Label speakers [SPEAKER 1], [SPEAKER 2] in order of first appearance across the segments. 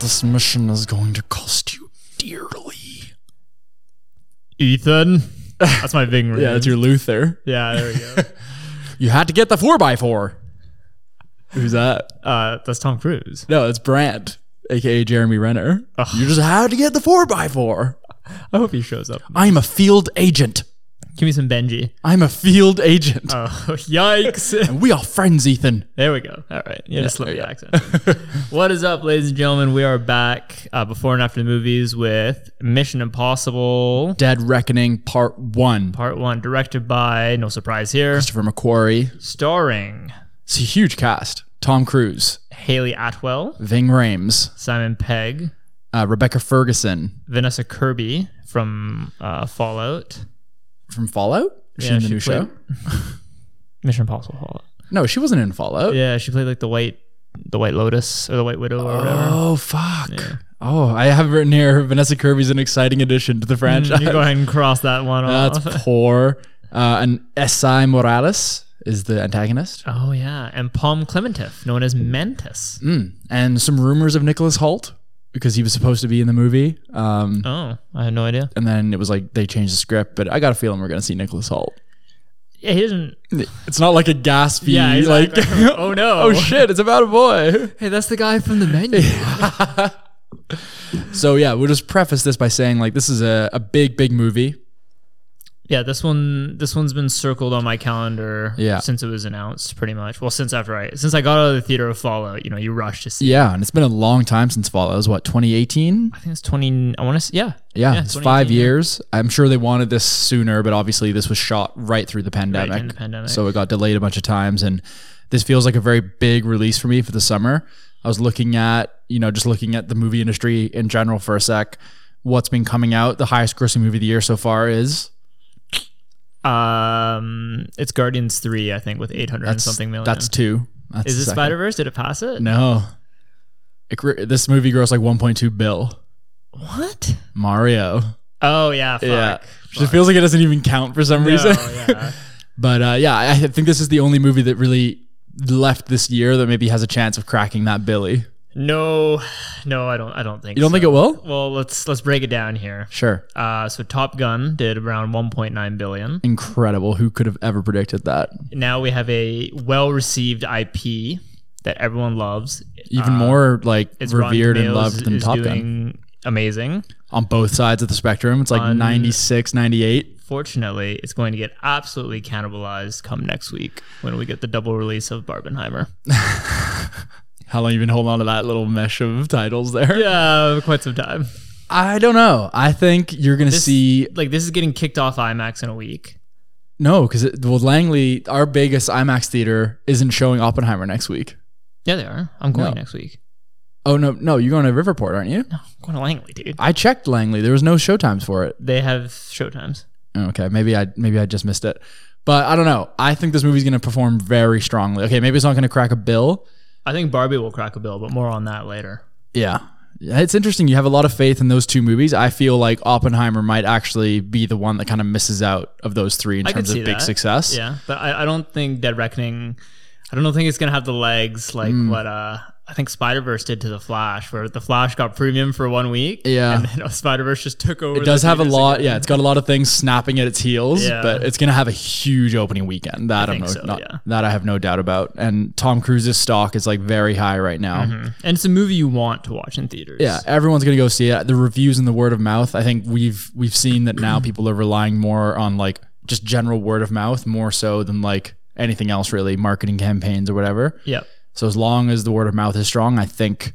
[SPEAKER 1] This mission is going to cost you dearly.
[SPEAKER 2] Ethan. That's my big
[SPEAKER 3] Yeah, that's your Luther.
[SPEAKER 2] Yeah, there we go.
[SPEAKER 1] You had to get the 4x4.
[SPEAKER 3] Who's that?
[SPEAKER 2] Uh, that's Tom Cruise.
[SPEAKER 3] No, it's Brandt, aka Jeremy Renner.
[SPEAKER 1] You just had to get the 4x4.
[SPEAKER 2] I hope he shows up.
[SPEAKER 1] I'm a field agent.
[SPEAKER 2] Give me some Benji.
[SPEAKER 1] I'm a field agent.
[SPEAKER 3] Uh.
[SPEAKER 2] Oh, yikes.
[SPEAKER 1] and we are friends, Ethan.
[SPEAKER 2] There we go. All right. Yeah, just slip the accent. what is up, ladies and gentlemen? We are back uh, before and after the movies with Mission Impossible
[SPEAKER 1] Dead Reckoning Part 1.
[SPEAKER 2] Part 1, directed by, no surprise here,
[SPEAKER 1] Christopher McQuarrie.
[SPEAKER 2] starring
[SPEAKER 1] It's a huge cast. Tom Cruise,
[SPEAKER 2] Haley Atwell,
[SPEAKER 1] Ving Rhames,
[SPEAKER 2] Simon Pegg,
[SPEAKER 1] uh, Rebecca Ferguson
[SPEAKER 2] Vanessa Kirby from uh, Fallout,
[SPEAKER 1] from Fallout. Is she
[SPEAKER 2] Yeah,
[SPEAKER 1] in the
[SPEAKER 2] she
[SPEAKER 1] new
[SPEAKER 2] played-
[SPEAKER 1] show?
[SPEAKER 2] Mission Impossible Fallout.
[SPEAKER 1] No, she wasn't in Fallout.
[SPEAKER 2] Yeah, she played like the white, the White Lotus or the White Widow or whatever.
[SPEAKER 1] Oh fuck. Oh, I have written here Vanessa Kirby's an exciting addition to the franchise.
[SPEAKER 2] You go ahead and cross that one
[SPEAKER 1] That's
[SPEAKER 2] off.
[SPEAKER 1] poor. Uh, and SI Morales is the antagonist.
[SPEAKER 2] Oh yeah, and Palm Clementif, known as Mantis.
[SPEAKER 1] Mm. And some rumors of Nicholas Holt because he was supposed to be in the movie. Um,
[SPEAKER 2] Oh, I had no idea.
[SPEAKER 1] and then it was like they changed the script, but I got a feeling we're going to see Nicholas Holt.
[SPEAKER 2] Yeah, he doesn't.
[SPEAKER 1] It's not like a gaspy
[SPEAKER 2] Yeah, he's
[SPEAKER 1] like
[SPEAKER 2] like, oh no.
[SPEAKER 1] oh shit, it's about a boy.
[SPEAKER 2] Hey, that's the guy from the menu.
[SPEAKER 1] So yeah, we'll just preface this by saying like this is a, a big big movie.
[SPEAKER 2] yeah, this one, this one's been circled on my calendar.
[SPEAKER 1] Yeah.
[SPEAKER 2] since it was announced, pretty much. Well, since after I, since I got out of the theater of Fallout, you know, you rush to see.
[SPEAKER 1] Yeah, and it's been a long time since Fallout. It was what 2018?
[SPEAKER 2] I think it's twenty. I want to. Yeah,
[SPEAKER 1] Yeah, it's
[SPEAKER 2] 2018,
[SPEAKER 1] five
[SPEAKER 2] yeah.
[SPEAKER 1] years. I'm sure they wanted this sooner, but obviously this was shot right through the pandemic.
[SPEAKER 2] the pandemic.
[SPEAKER 1] So it got delayed a bunch of times, and this feels like a very big release for me for the summer. I was looking at, you know, just looking at the movie industry in general for a sec. What's been coming out? The highest grossing movie of the year so far is
[SPEAKER 2] Um, it's Guardians three, I think, with eight hundred and something million.
[SPEAKER 1] That's two. That's
[SPEAKER 2] is
[SPEAKER 1] the
[SPEAKER 2] it
[SPEAKER 1] second.
[SPEAKER 2] Spider Verse? Did it pass it?
[SPEAKER 1] No, it, gr- this movie grossed like 1.2 bill.
[SPEAKER 2] What?
[SPEAKER 1] Mario.
[SPEAKER 2] Oh yeah, fuck.
[SPEAKER 1] Yeah. Just feels like it doesn't even count for some reason.
[SPEAKER 2] Oh, yeah.
[SPEAKER 1] But uh, yeah, I I think this is the only movie that really left this year that maybe has a chance of cracking that Billy.
[SPEAKER 2] No, no, I don't. I don't think.
[SPEAKER 1] You don't think it will?
[SPEAKER 2] Well, let's let's break it down here.
[SPEAKER 1] Sure.
[SPEAKER 2] Uh, so Top Gun did around 1.9 billion.
[SPEAKER 1] Incredible. Who could have ever predicted that?
[SPEAKER 2] Now we have a well-received IP that everyone loves.
[SPEAKER 1] Even more like
[SPEAKER 2] Rotten
[SPEAKER 1] revered and
[SPEAKER 2] Tomatoes
[SPEAKER 1] loved than
[SPEAKER 2] is
[SPEAKER 1] Top Gun.
[SPEAKER 2] doing Amazing.
[SPEAKER 1] On both sides of the spectrum, it's like
[SPEAKER 2] On-
[SPEAKER 1] 96, 98.
[SPEAKER 2] Fortunately, it's going to get absolutely cannibalized come next week when we get the double release of Barbenheimer.
[SPEAKER 1] How long you been holding on to that little mesh of titles there?
[SPEAKER 2] Yeah, quite some time.
[SPEAKER 1] I don't know. I think you're going to see
[SPEAKER 2] Like this is getting kicked off IMAX in a week.
[SPEAKER 1] no cuz well Langley our biggest IMAX theater isn't showing Oppenheimer next week.
[SPEAKER 2] Yeah, they are. I'm going
[SPEAKER 1] No.
[SPEAKER 2] next week.
[SPEAKER 1] Oh no, no, you're going to Riverport, aren't you?
[SPEAKER 2] No, I'm going to Langley, dude.
[SPEAKER 1] I checked Langley. There was no show times for it.
[SPEAKER 2] They have showtimes.
[SPEAKER 1] Okay, maybe I maybe I just missed it. But I don't know. I think this movie's going to perform very strongly. Okay, maybe it's not going to crack a bill.
[SPEAKER 2] I think Barbie will crack a bill, but more on that later.
[SPEAKER 1] Yeah. It's interesting. You have a lot of faith in those two movies. I feel like Oppenheimer might actually be the one that kind of misses out of those three in
[SPEAKER 2] I could
[SPEAKER 1] terms of
[SPEAKER 2] see
[SPEAKER 1] big
[SPEAKER 2] that.
[SPEAKER 1] success.
[SPEAKER 2] Yeah, but I, I don't think Dead Reckoning. I don't think it's gonna have the legs like
[SPEAKER 1] Hmm.
[SPEAKER 2] what uh I think Spider Verse did to the Flash, where the Flash got premium for one week.
[SPEAKER 1] Yeah.
[SPEAKER 2] and then Spider Verse just took over.
[SPEAKER 1] It does have a lot. Yeah, it's got a lot of things snapping at its heels,
[SPEAKER 2] Yeah.
[SPEAKER 1] but it's going to have a huge opening weekend. That I am
[SPEAKER 2] think
[SPEAKER 1] no,
[SPEAKER 2] so,
[SPEAKER 1] not-
[SPEAKER 2] yeah.
[SPEAKER 1] that I have no doubt about. And Tom Cruise's stock is like very high right now.
[SPEAKER 2] and it's a movie you want to watch in theaters.
[SPEAKER 1] Yeah, everyone's gonna go see it. The reviews and the word of mouth. I think we've we've seen that now people are relying more on like just general word of mouth more so than like anything else really, marketing campaigns or whatever.
[SPEAKER 2] yeah.
[SPEAKER 1] So as long as the word of mouth is strong, I think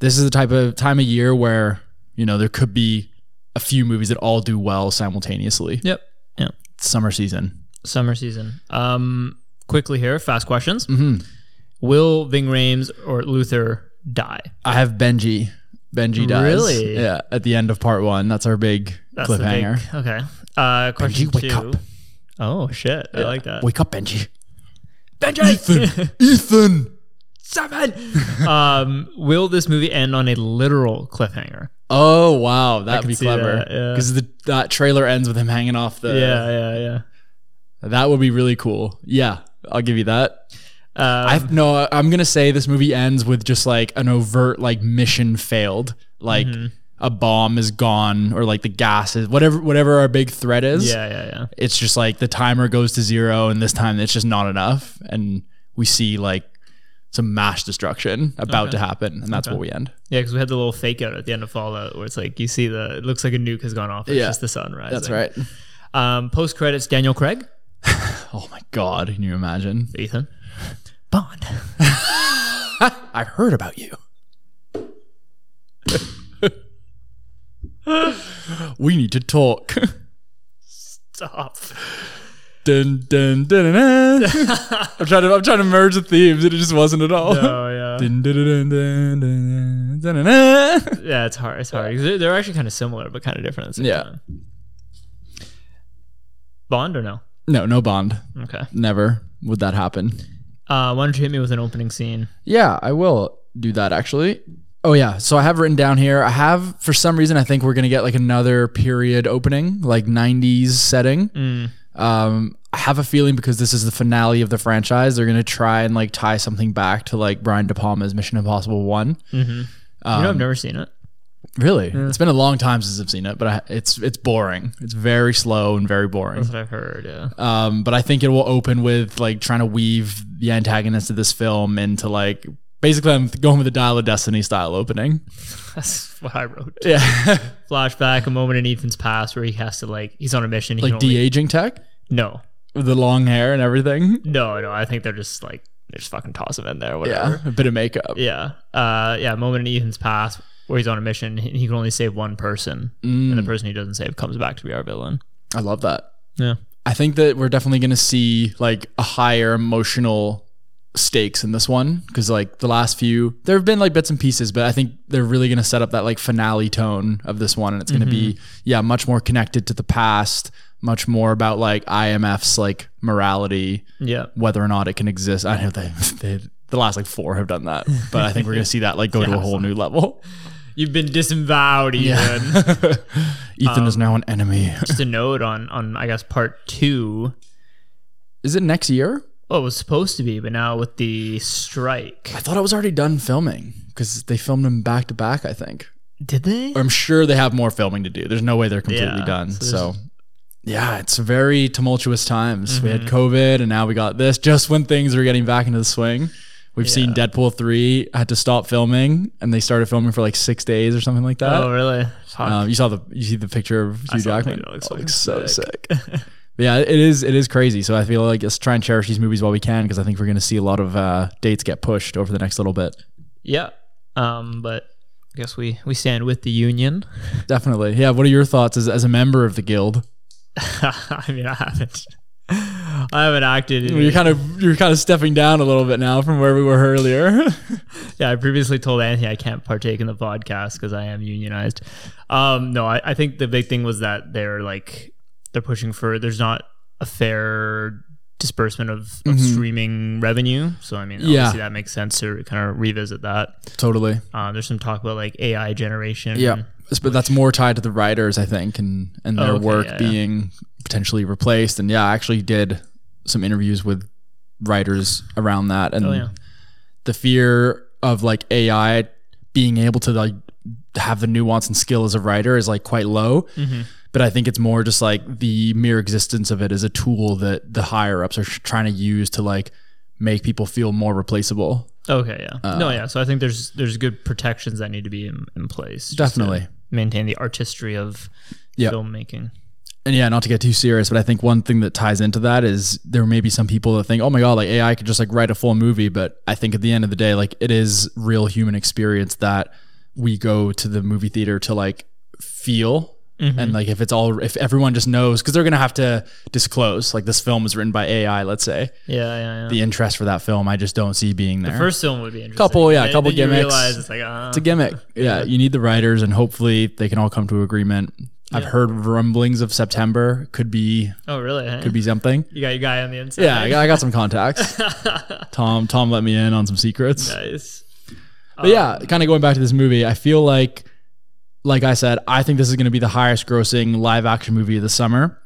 [SPEAKER 1] this is the type of time of year where you know there could be a few movies that all do well simultaneously.
[SPEAKER 2] Yep. Yeah.
[SPEAKER 1] It's summer season.
[SPEAKER 2] Summer season. Um, quickly here, fast questions.
[SPEAKER 1] Mm-hmm.
[SPEAKER 2] Will Ving Rhames or Luther die?
[SPEAKER 1] I have Benji. Benji dies.
[SPEAKER 2] Really?
[SPEAKER 1] Yeah, at the end of part one. That's our big
[SPEAKER 2] That's the big-
[SPEAKER 1] cliffhanger.
[SPEAKER 2] okay. Uh, question
[SPEAKER 1] Benji, wake
[SPEAKER 2] two.
[SPEAKER 1] up.
[SPEAKER 2] Oh shit! I like that.
[SPEAKER 1] Wake up, Benji. Benji! Ethan! Ethan!
[SPEAKER 2] um, will this movie end on a literal cliffhanger?
[SPEAKER 1] Oh wow, that'd be
[SPEAKER 2] see
[SPEAKER 1] clever.
[SPEAKER 2] that, yeah.
[SPEAKER 1] Because the that trailer ends with him hanging off the.
[SPEAKER 2] yeah, yeah, yeah.
[SPEAKER 1] That would be really cool. Yeah, I'll give you that.
[SPEAKER 2] Uh,
[SPEAKER 1] I no, I'm gonna say this movie ends with just like an overt like mission failed, like
[SPEAKER 2] Mm-hmm.
[SPEAKER 1] a bomb is gone or like the gas is whatever whatever our big threat is.
[SPEAKER 2] yeah, yeah, yeah.
[SPEAKER 1] it's just like the timer goes to zero, and this time it's just not enough, and we see like some mass destruction about to happen, and that's where we end.
[SPEAKER 2] Yeah, because we had the little fake out at the end of Fallout where it's like you see the it looks like a nuke has gone off. It's
[SPEAKER 1] Yeah.
[SPEAKER 2] just the sun rising.
[SPEAKER 1] That's right.
[SPEAKER 2] Um, Post credits: Daniel Craig,
[SPEAKER 1] Oh my god, can you imagine?
[SPEAKER 2] Ethan, Bond.
[SPEAKER 1] I've heard about you. we need to talk.
[SPEAKER 2] Stop.
[SPEAKER 1] dun, dun, dun, dun, dun. I'm trying to I'm trying to merge the themes, and it just wasn't at all.
[SPEAKER 2] Oh yeah.
[SPEAKER 1] Dun, dun, dun, dun, dun, dun, dun, dun, dun.
[SPEAKER 2] Yeah, it's hard. It's hard. 'Cause They're, they're actually kind of similar, but kind of different. At the same
[SPEAKER 1] Yeah.
[SPEAKER 2] time. Bond or no?
[SPEAKER 1] No, no Bond.
[SPEAKER 2] Okay.
[SPEAKER 1] Never would that happen.
[SPEAKER 2] Uh, why don't you hit me with an opening scene?
[SPEAKER 1] Yeah, I will do that actually. Oh yeah, so I have written down here. I have for some reason I think we're gonna get like another period opening, like '90s setting. Um, I have a feeling because this is the finale of the franchise, they're gonna try and like tie something back to like Brian De Palma's Mission Impossible One.
[SPEAKER 2] you know, I've never seen it.
[SPEAKER 1] Really, it's been a long time since I've seen it, but I, it's it's boring. It's very slow and very boring.
[SPEAKER 2] That's what I've heard. Yeah.
[SPEAKER 1] Um, but I think it will open with like trying to weave the antagonist of this film into like basically I'm going with the Dial of Destiny style opening.
[SPEAKER 2] That's what I wrote.
[SPEAKER 1] Yeah.
[SPEAKER 2] Flashback: a moment in Ethan's past where he has to like he's on a mission. He
[SPEAKER 1] like
[SPEAKER 2] can only-
[SPEAKER 1] de aging tech
[SPEAKER 2] No,
[SPEAKER 1] with the long hair and everything.
[SPEAKER 2] no, no. I think they're just like they just fucking toss him in there. Whatever.
[SPEAKER 1] Yeah. A bit of makeup.
[SPEAKER 2] Yeah. Uh, yeah. A moment in Ethan's past where he's on a mission and he can only save one person. And the person he doesn't save comes back to be our villain.
[SPEAKER 1] I love that.
[SPEAKER 2] Yeah.
[SPEAKER 1] I think that we're definitely going to see like a higher emotional stakes in this one because like the last few there have been like bits and pieces but i think they're really going to set up that like finale tone of this one and it's going to be yeah much more connected to the past much more about like imf's like morality
[SPEAKER 2] Yeah.
[SPEAKER 1] whether or not it can exist i know they, they the last like four have done that but i think we're going to see that like go to a whole new level
[SPEAKER 2] You've been disavowed, Ethan.
[SPEAKER 1] ethan
[SPEAKER 2] um,
[SPEAKER 1] is now an enemy
[SPEAKER 2] just a note on, on, I guess, part two.
[SPEAKER 1] is it next year
[SPEAKER 2] Oh, it was supposed to be, but now with the strike.
[SPEAKER 1] i thought it was already done filming because they filmed them back to back i think
[SPEAKER 2] Did they?
[SPEAKER 1] I'm sure they have more filming to do. There's no way they're completely
[SPEAKER 2] Yeah,
[SPEAKER 1] done.
[SPEAKER 2] so
[SPEAKER 1] So, yeah, it's very tumultuous times. We
[SPEAKER 2] Mm-hmm.
[SPEAKER 1] had COVID and now we got this just when things were getting back into the swing. We've seen Deadpool 3 had to stop filming and they started filming for like six days or something like that.
[SPEAKER 2] oh, really? Fuck.
[SPEAKER 1] Um, you saw the you see the picture of Hugh
[SPEAKER 2] saw the
[SPEAKER 1] Jackman.
[SPEAKER 2] picture. It looks
[SPEAKER 1] That
[SPEAKER 2] fucking
[SPEAKER 1] looks so sick. But yeah, it is it is crazy. So I feel like let's try and cherish these movies while we can because I think we're going to see a lot of uh, dates get pushed over the next little bit.
[SPEAKER 2] yeah. Um, but I guess we, we stand with the union.
[SPEAKER 1] Definitely. Yeah. What are your thoughts as, as a member of the guild?
[SPEAKER 2] I mean, I haven't. I haven't acted in
[SPEAKER 1] You're kind of you're kind of stepping down a little bit now from where we were earlier.
[SPEAKER 2] Yeah, I previously told Anthony I can't partake in the podcast because I am unionized. Um, no, I, I think the big thing was that they're like they're pushing for there's not a fair disbursement of, of streaming revenue. So I mean, obviously
[SPEAKER 1] Mm-hmm. Yeah.
[SPEAKER 2] that makes sense to kind of revisit that.
[SPEAKER 1] totally.
[SPEAKER 2] Uh, there's some talk about like AI generation.
[SPEAKER 1] Yeah. But that's more tied to the writers, I think, and and their
[SPEAKER 2] Oh, Mm-hmm. okay,
[SPEAKER 1] work
[SPEAKER 2] yeah, yeah.
[SPEAKER 1] being potentially replaced. And yeah, I actually did some interviews with writers around that, and
[SPEAKER 2] Oh, yeah.
[SPEAKER 1] the fear of like AI being able to like have the nuance and skill as a writer is like quite low. But I think it's more just like the mere existence of it is a tool that the higher ups are trying to use to like make people feel more replaceable
[SPEAKER 2] Okay. Yeah.
[SPEAKER 1] Uh,
[SPEAKER 2] no. Yeah. So I think there's there's good protections that need to be in, in place. just to
[SPEAKER 1] Definitely.
[SPEAKER 2] maintain the artistry of
[SPEAKER 1] Yeah.
[SPEAKER 2] filmmaking.
[SPEAKER 1] And yeah, not to get too serious, but I think one thing that ties into that is there may be some people that think, oh my God, like AI could just like write a full movie. But I think at the end of the day, like it is real human experience that we go to the movie theater to like feel. And like if it's all, if everyone just knows, because they're going to have to disclose, like this film was written by AI, let's say.
[SPEAKER 2] Yeah. Yeah. yeah.
[SPEAKER 1] The interest for that film, I just don't see being there.
[SPEAKER 2] First film would be interesting.
[SPEAKER 1] Couple, yeah,
[SPEAKER 2] Then-
[SPEAKER 1] couple
[SPEAKER 2] then you
[SPEAKER 1] gimmicks.
[SPEAKER 2] realize it's like, uh,
[SPEAKER 1] it's a gimmick. Yeah, you need the writers, and hopefully they can all come to agreement. I've heard rumblings of September could be
[SPEAKER 2] oh really? eh?
[SPEAKER 1] could be something.
[SPEAKER 2] You got your guy on the inside.
[SPEAKER 1] Yeah, I got, I got some contacts. Tom Tom let me in on some secrets.
[SPEAKER 2] nice.
[SPEAKER 1] But yeah, kind of going back to this movie, I feel like like I said, I think this is going to be the highest grossing live action movie of the summer.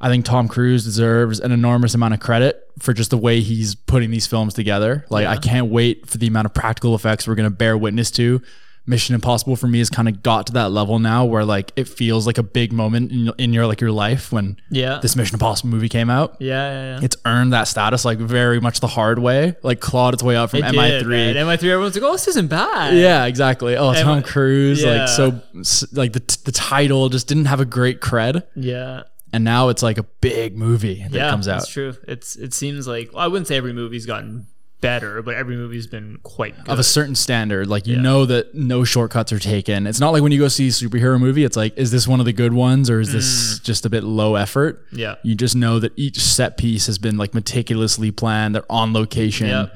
[SPEAKER 1] I think Tom Cruise deserves an enormous amount of credit for just the way he's putting these films together. Like I can't wait for the amount of practical effects we're gonna bear witness to. Mission Impossible for me has kind of got to that level now where like it feels like a big moment in, in your like your life when
[SPEAKER 2] Yeah.
[SPEAKER 1] this Mission Impossible movie came out.
[SPEAKER 2] yeah, yeah, yeah.
[SPEAKER 1] It's earned that status like very much the hard way, like clawed its way out from
[SPEAKER 2] It
[SPEAKER 1] MI3.
[SPEAKER 2] did, right? MI3, everyone's like, oh, this isn't bad.
[SPEAKER 1] Yeah, exactly. Oh, Tom Cruise,
[SPEAKER 2] yeah.
[SPEAKER 1] like so, s- like the t- the title just didn't have a great cred,
[SPEAKER 2] Yeah.
[SPEAKER 1] and now it's like a big movie that
[SPEAKER 2] yeah,
[SPEAKER 1] comes out
[SPEAKER 2] That's true. It's it seems like well, I wouldn't say every movie's gotten better, but every movie's been quite good.
[SPEAKER 1] of a certain standard. Like you know that no shortcuts are taken. It's not like when you go see a superhero movie. It's like, is this one of the good ones, or is this just a bit low effort?
[SPEAKER 2] Mm. yeah.
[SPEAKER 1] You just know that each set piece has been like meticulously planned. They're on location.
[SPEAKER 2] Yeah.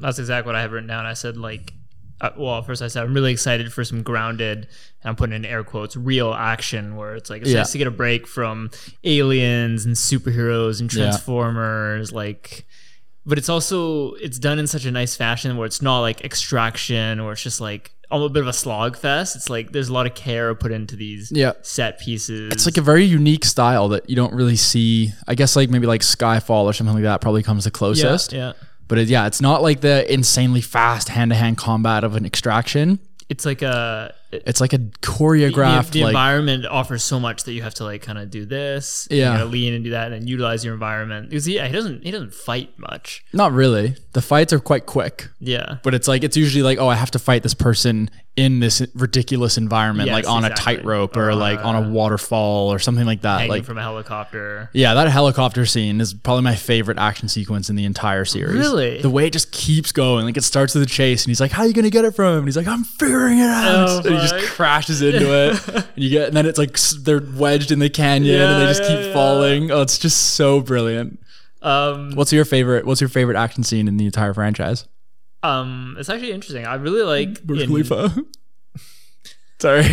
[SPEAKER 2] That's exactly what I have written down. I said like uh, well, at first I said I'm really excited for some grounded, and I'm putting in air quotes, real action where it's like it's
[SPEAKER 1] Yeah.
[SPEAKER 2] nice to get a break from aliens and superheroes and Transformers, like. But it's also it's done in such a nice fashion where it's not like extraction where it's just like almost a bit of a slog fest. It's like there's a lot of care put into these
[SPEAKER 1] Yeah.
[SPEAKER 2] set pieces.
[SPEAKER 1] It's like a very unique style that you don't really see. I guess like maybe like Skyfall or something like that probably comes the
[SPEAKER 2] yeah,
[SPEAKER 1] closest.
[SPEAKER 2] yeah.
[SPEAKER 1] But it, yeah, it's not like the insanely fast hand to hand combat of an extraction.
[SPEAKER 2] It's like a
[SPEAKER 1] It's like a
[SPEAKER 2] the-
[SPEAKER 1] choreographed
[SPEAKER 2] The,
[SPEAKER 1] like
[SPEAKER 2] environment offers so much that you have to like kind of do this. You
[SPEAKER 1] Yeah.
[SPEAKER 2] gotta lean and do that, and then utilize your environment. Because yeah, he doesn't he doesn't fight much.
[SPEAKER 1] not really. The fights are quite quick,
[SPEAKER 2] Yeah.
[SPEAKER 1] but it's like it's usually like oh I have to fight this person in this ridiculous environment
[SPEAKER 2] Yes,
[SPEAKER 1] like on
[SPEAKER 2] exactly.
[SPEAKER 1] a tightrope or
[SPEAKER 2] Or
[SPEAKER 1] like on a waterfall or something like that.
[SPEAKER 2] Hanging
[SPEAKER 1] Like
[SPEAKER 2] from a helicopter.
[SPEAKER 1] yeah, that helicopter scene is probably my favorite action sequence in the entire series.
[SPEAKER 2] Really?
[SPEAKER 1] The way it just keeps going. Like it starts with the chase and he's like, How are you gonna get it from him? And he's like, I'm figuring it out.
[SPEAKER 2] Oh,
[SPEAKER 1] and he just
[SPEAKER 2] fuck.
[SPEAKER 1] crashes into it. and you get and then it's like s- they're wedged in the canyon and
[SPEAKER 2] Yeah,
[SPEAKER 1] they just
[SPEAKER 2] yeah,
[SPEAKER 1] keep
[SPEAKER 2] yeah.
[SPEAKER 1] falling. Oh, it's just so brilliant.
[SPEAKER 2] Um
[SPEAKER 1] What's your favorite what's your favorite action scene in the entire franchise?
[SPEAKER 2] um it's actually interesting. I really like
[SPEAKER 1] Burj
[SPEAKER 2] in-
[SPEAKER 1] Khalifa. Sorry.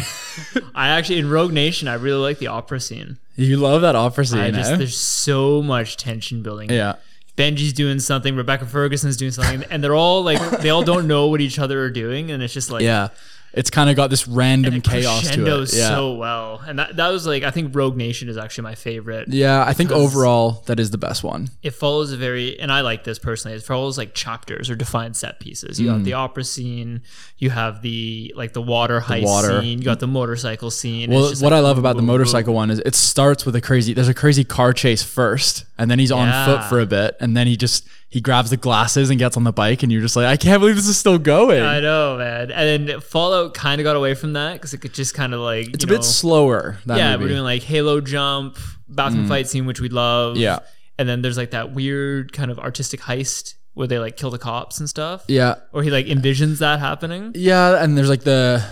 [SPEAKER 2] I actually in Rogue Nation I really like the opera scene.
[SPEAKER 1] you love that opera scene.
[SPEAKER 2] I just
[SPEAKER 1] eh?
[SPEAKER 2] there's so much tension building.
[SPEAKER 1] yeah.
[SPEAKER 2] Benji's doing something, Rebecca Ferguson's doing something, and they're all like they all don't know what each other are doing, and it's just like
[SPEAKER 1] Yeah. It's kind of got this random
[SPEAKER 2] it
[SPEAKER 1] chaos to it.
[SPEAKER 2] crescendos
[SPEAKER 1] Yeah.
[SPEAKER 2] so well, and that, that was like I think Rogue Nation is actually my favorite.
[SPEAKER 1] yeah, I think
[SPEAKER 2] 'Cause-
[SPEAKER 1] overall that is the best one.
[SPEAKER 2] It follows a very, and I like this personally. It follows like chapters or defined set pieces. You
[SPEAKER 1] Mm.
[SPEAKER 2] have the opera scene, you have the like the water heist
[SPEAKER 1] water.
[SPEAKER 2] scene, you got the motorcycle scene.
[SPEAKER 1] Well,
[SPEAKER 2] It's just,
[SPEAKER 1] what
[SPEAKER 2] like,
[SPEAKER 1] I love about the
[SPEAKER 2] boom, boom,
[SPEAKER 1] motorcycle one is it starts with a crazy. There's a crazy car chase first, and then he's on
[SPEAKER 2] Yeah.
[SPEAKER 1] foot for a bit, and then he just he grabs the glasses and gets on the bike, and you're just like, I can't believe this is still going.
[SPEAKER 2] I know, man. And then Fallout kind of got away from that because it could just kind of like
[SPEAKER 1] it's a bit slower. That
[SPEAKER 2] yeah,
[SPEAKER 1] movie. Mm.
[SPEAKER 2] we're doing like Halo jump, bathroom fight scene, which we love.
[SPEAKER 1] Yeah.
[SPEAKER 2] and then there's like that weird kind of artistic heist where they like kill the cops and stuff.
[SPEAKER 1] yeah,
[SPEAKER 2] or he like envisions that happening.
[SPEAKER 1] yeah, and there's like the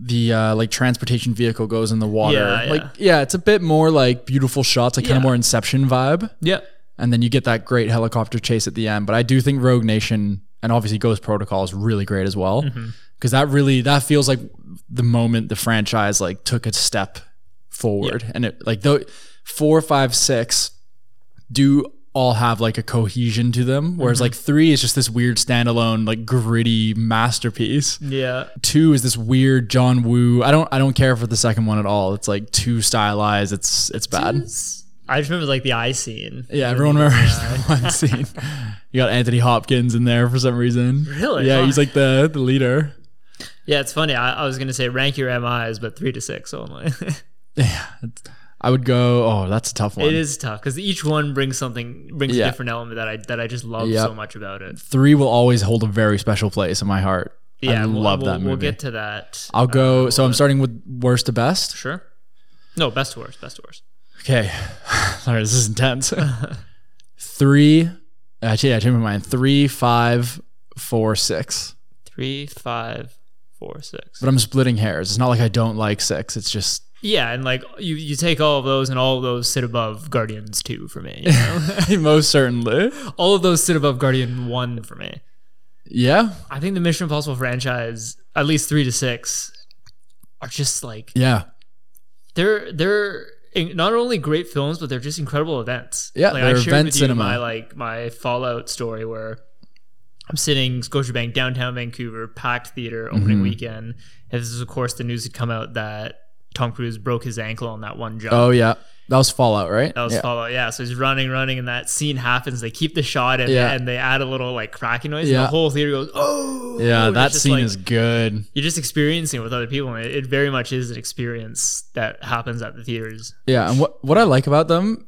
[SPEAKER 1] the uh, like transportation vehicle goes in the water.
[SPEAKER 2] Yeah,
[SPEAKER 1] Like
[SPEAKER 2] yeah.
[SPEAKER 1] yeah, it's a bit more like beautiful shots, like kind
[SPEAKER 2] Yeah.
[SPEAKER 1] of more Inception vibe,
[SPEAKER 2] Yeah,
[SPEAKER 1] and then you get that great helicopter chase at the end. But I do think Rogue Nation and obviously Ghost Protocol is really great as well. because that really that feels like the moment the franchise like took a step forward and it like though four five six do all have like a cohesion to them whereas like three is just this weird standalone like gritty masterpiece
[SPEAKER 2] yeah,
[SPEAKER 1] two is this weird john woo i don't i don't care for the second one at all it's like too stylized it's it's bad
[SPEAKER 2] I just remember like the eye scene.
[SPEAKER 1] yeah everyone remembers that one scene you got anthony hopkins in there for some reason
[SPEAKER 2] Really?
[SPEAKER 1] yeah he's like the the leader
[SPEAKER 2] Yeah, it's funny. I, I was gonna say rank your MIs, but three to six only.
[SPEAKER 1] i would go oh that's a tough one
[SPEAKER 2] it is tough because each one brings something, brings
[SPEAKER 1] Yeah.
[SPEAKER 2] a different element that I that I just love
[SPEAKER 1] Yep.
[SPEAKER 2] so much about it.
[SPEAKER 1] three will always hold a very special place in my heart.
[SPEAKER 2] Yeah,
[SPEAKER 1] I
[SPEAKER 2] we'll-
[SPEAKER 1] love
[SPEAKER 2] we'll,
[SPEAKER 1] that
[SPEAKER 2] We'll
[SPEAKER 1] movie.
[SPEAKER 2] get to that.
[SPEAKER 1] I'll go. so I'm starting with worst to best.
[SPEAKER 2] sure. No, best to worst, best to worst.
[SPEAKER 1] Okay, sorry, this is intense. three, actually, I changed my mind. Three, five, four, six.
[SPEAKER 2] Three, five, four, six.
[SPEAKER 1] But I'm splitting hairs. It's not like I don't like six. It's just
[SPEAKER 2] Yeah, and like you, you take all of those, and all of those sit above Guardians two for me. you know?
[SPEAKER 1] most certainly.
[SPEAKER 2] all of those sit above Guardian one for me.
[SPEAKER 1] Yeah,
[SPEAKER 2] I think the Mission Impossible franchise, at least three to six, are just like
[SPEAKER 1] yeah,
[SPEAKER 2] they're they're in- not only great films, but they're just incredible events.
[SPEAKER 1] Yeah,
[SPEAKER 2] like
[SPEAKER 1] they're event
[SPEAKER 2] you
[SPEAKER 1] cinema.
[SPEAKER 2] My like my Fallout story where I'm sitting Scotiabank downtown Vancouver, packed theater,
[SPEAKER 1] Mm-hmm.
[SPEAKER 2] opening weekend. And this is of course the news had come out that Tom Cruise broke his ankle on that one jump.
[SPEAKER 1] oh yeah, That was Fallout, right?
[SPEAKER 2] That was
[SPEAKER 1] yeah.
[SPEAKER 2] Fallout. Yeah. So he's running, running, and that scene happens. They keep the shot and,
[SPEAKER 1] Yeah.
[SPEAKER 2] and they add a little like cracking noise. And
[SPEAKER 1] Yeah.
[SPEAKER 2] the whole theater goes, oh.
[SPEAKER 1] Yeah,
[SPEAKER 2] And it's
[SPEAKER 1] that
[SPEAKER 2] just
[SPEAKER 1] scene
[SPEAKER 2] like-
[SPEAKER 1] is good.
[SPEAKER 2] You're just experiencing it with other people. And it, it very much is an experience that happens at the theaters.
[SPEAKER 1] Yeah, and what what I like about them,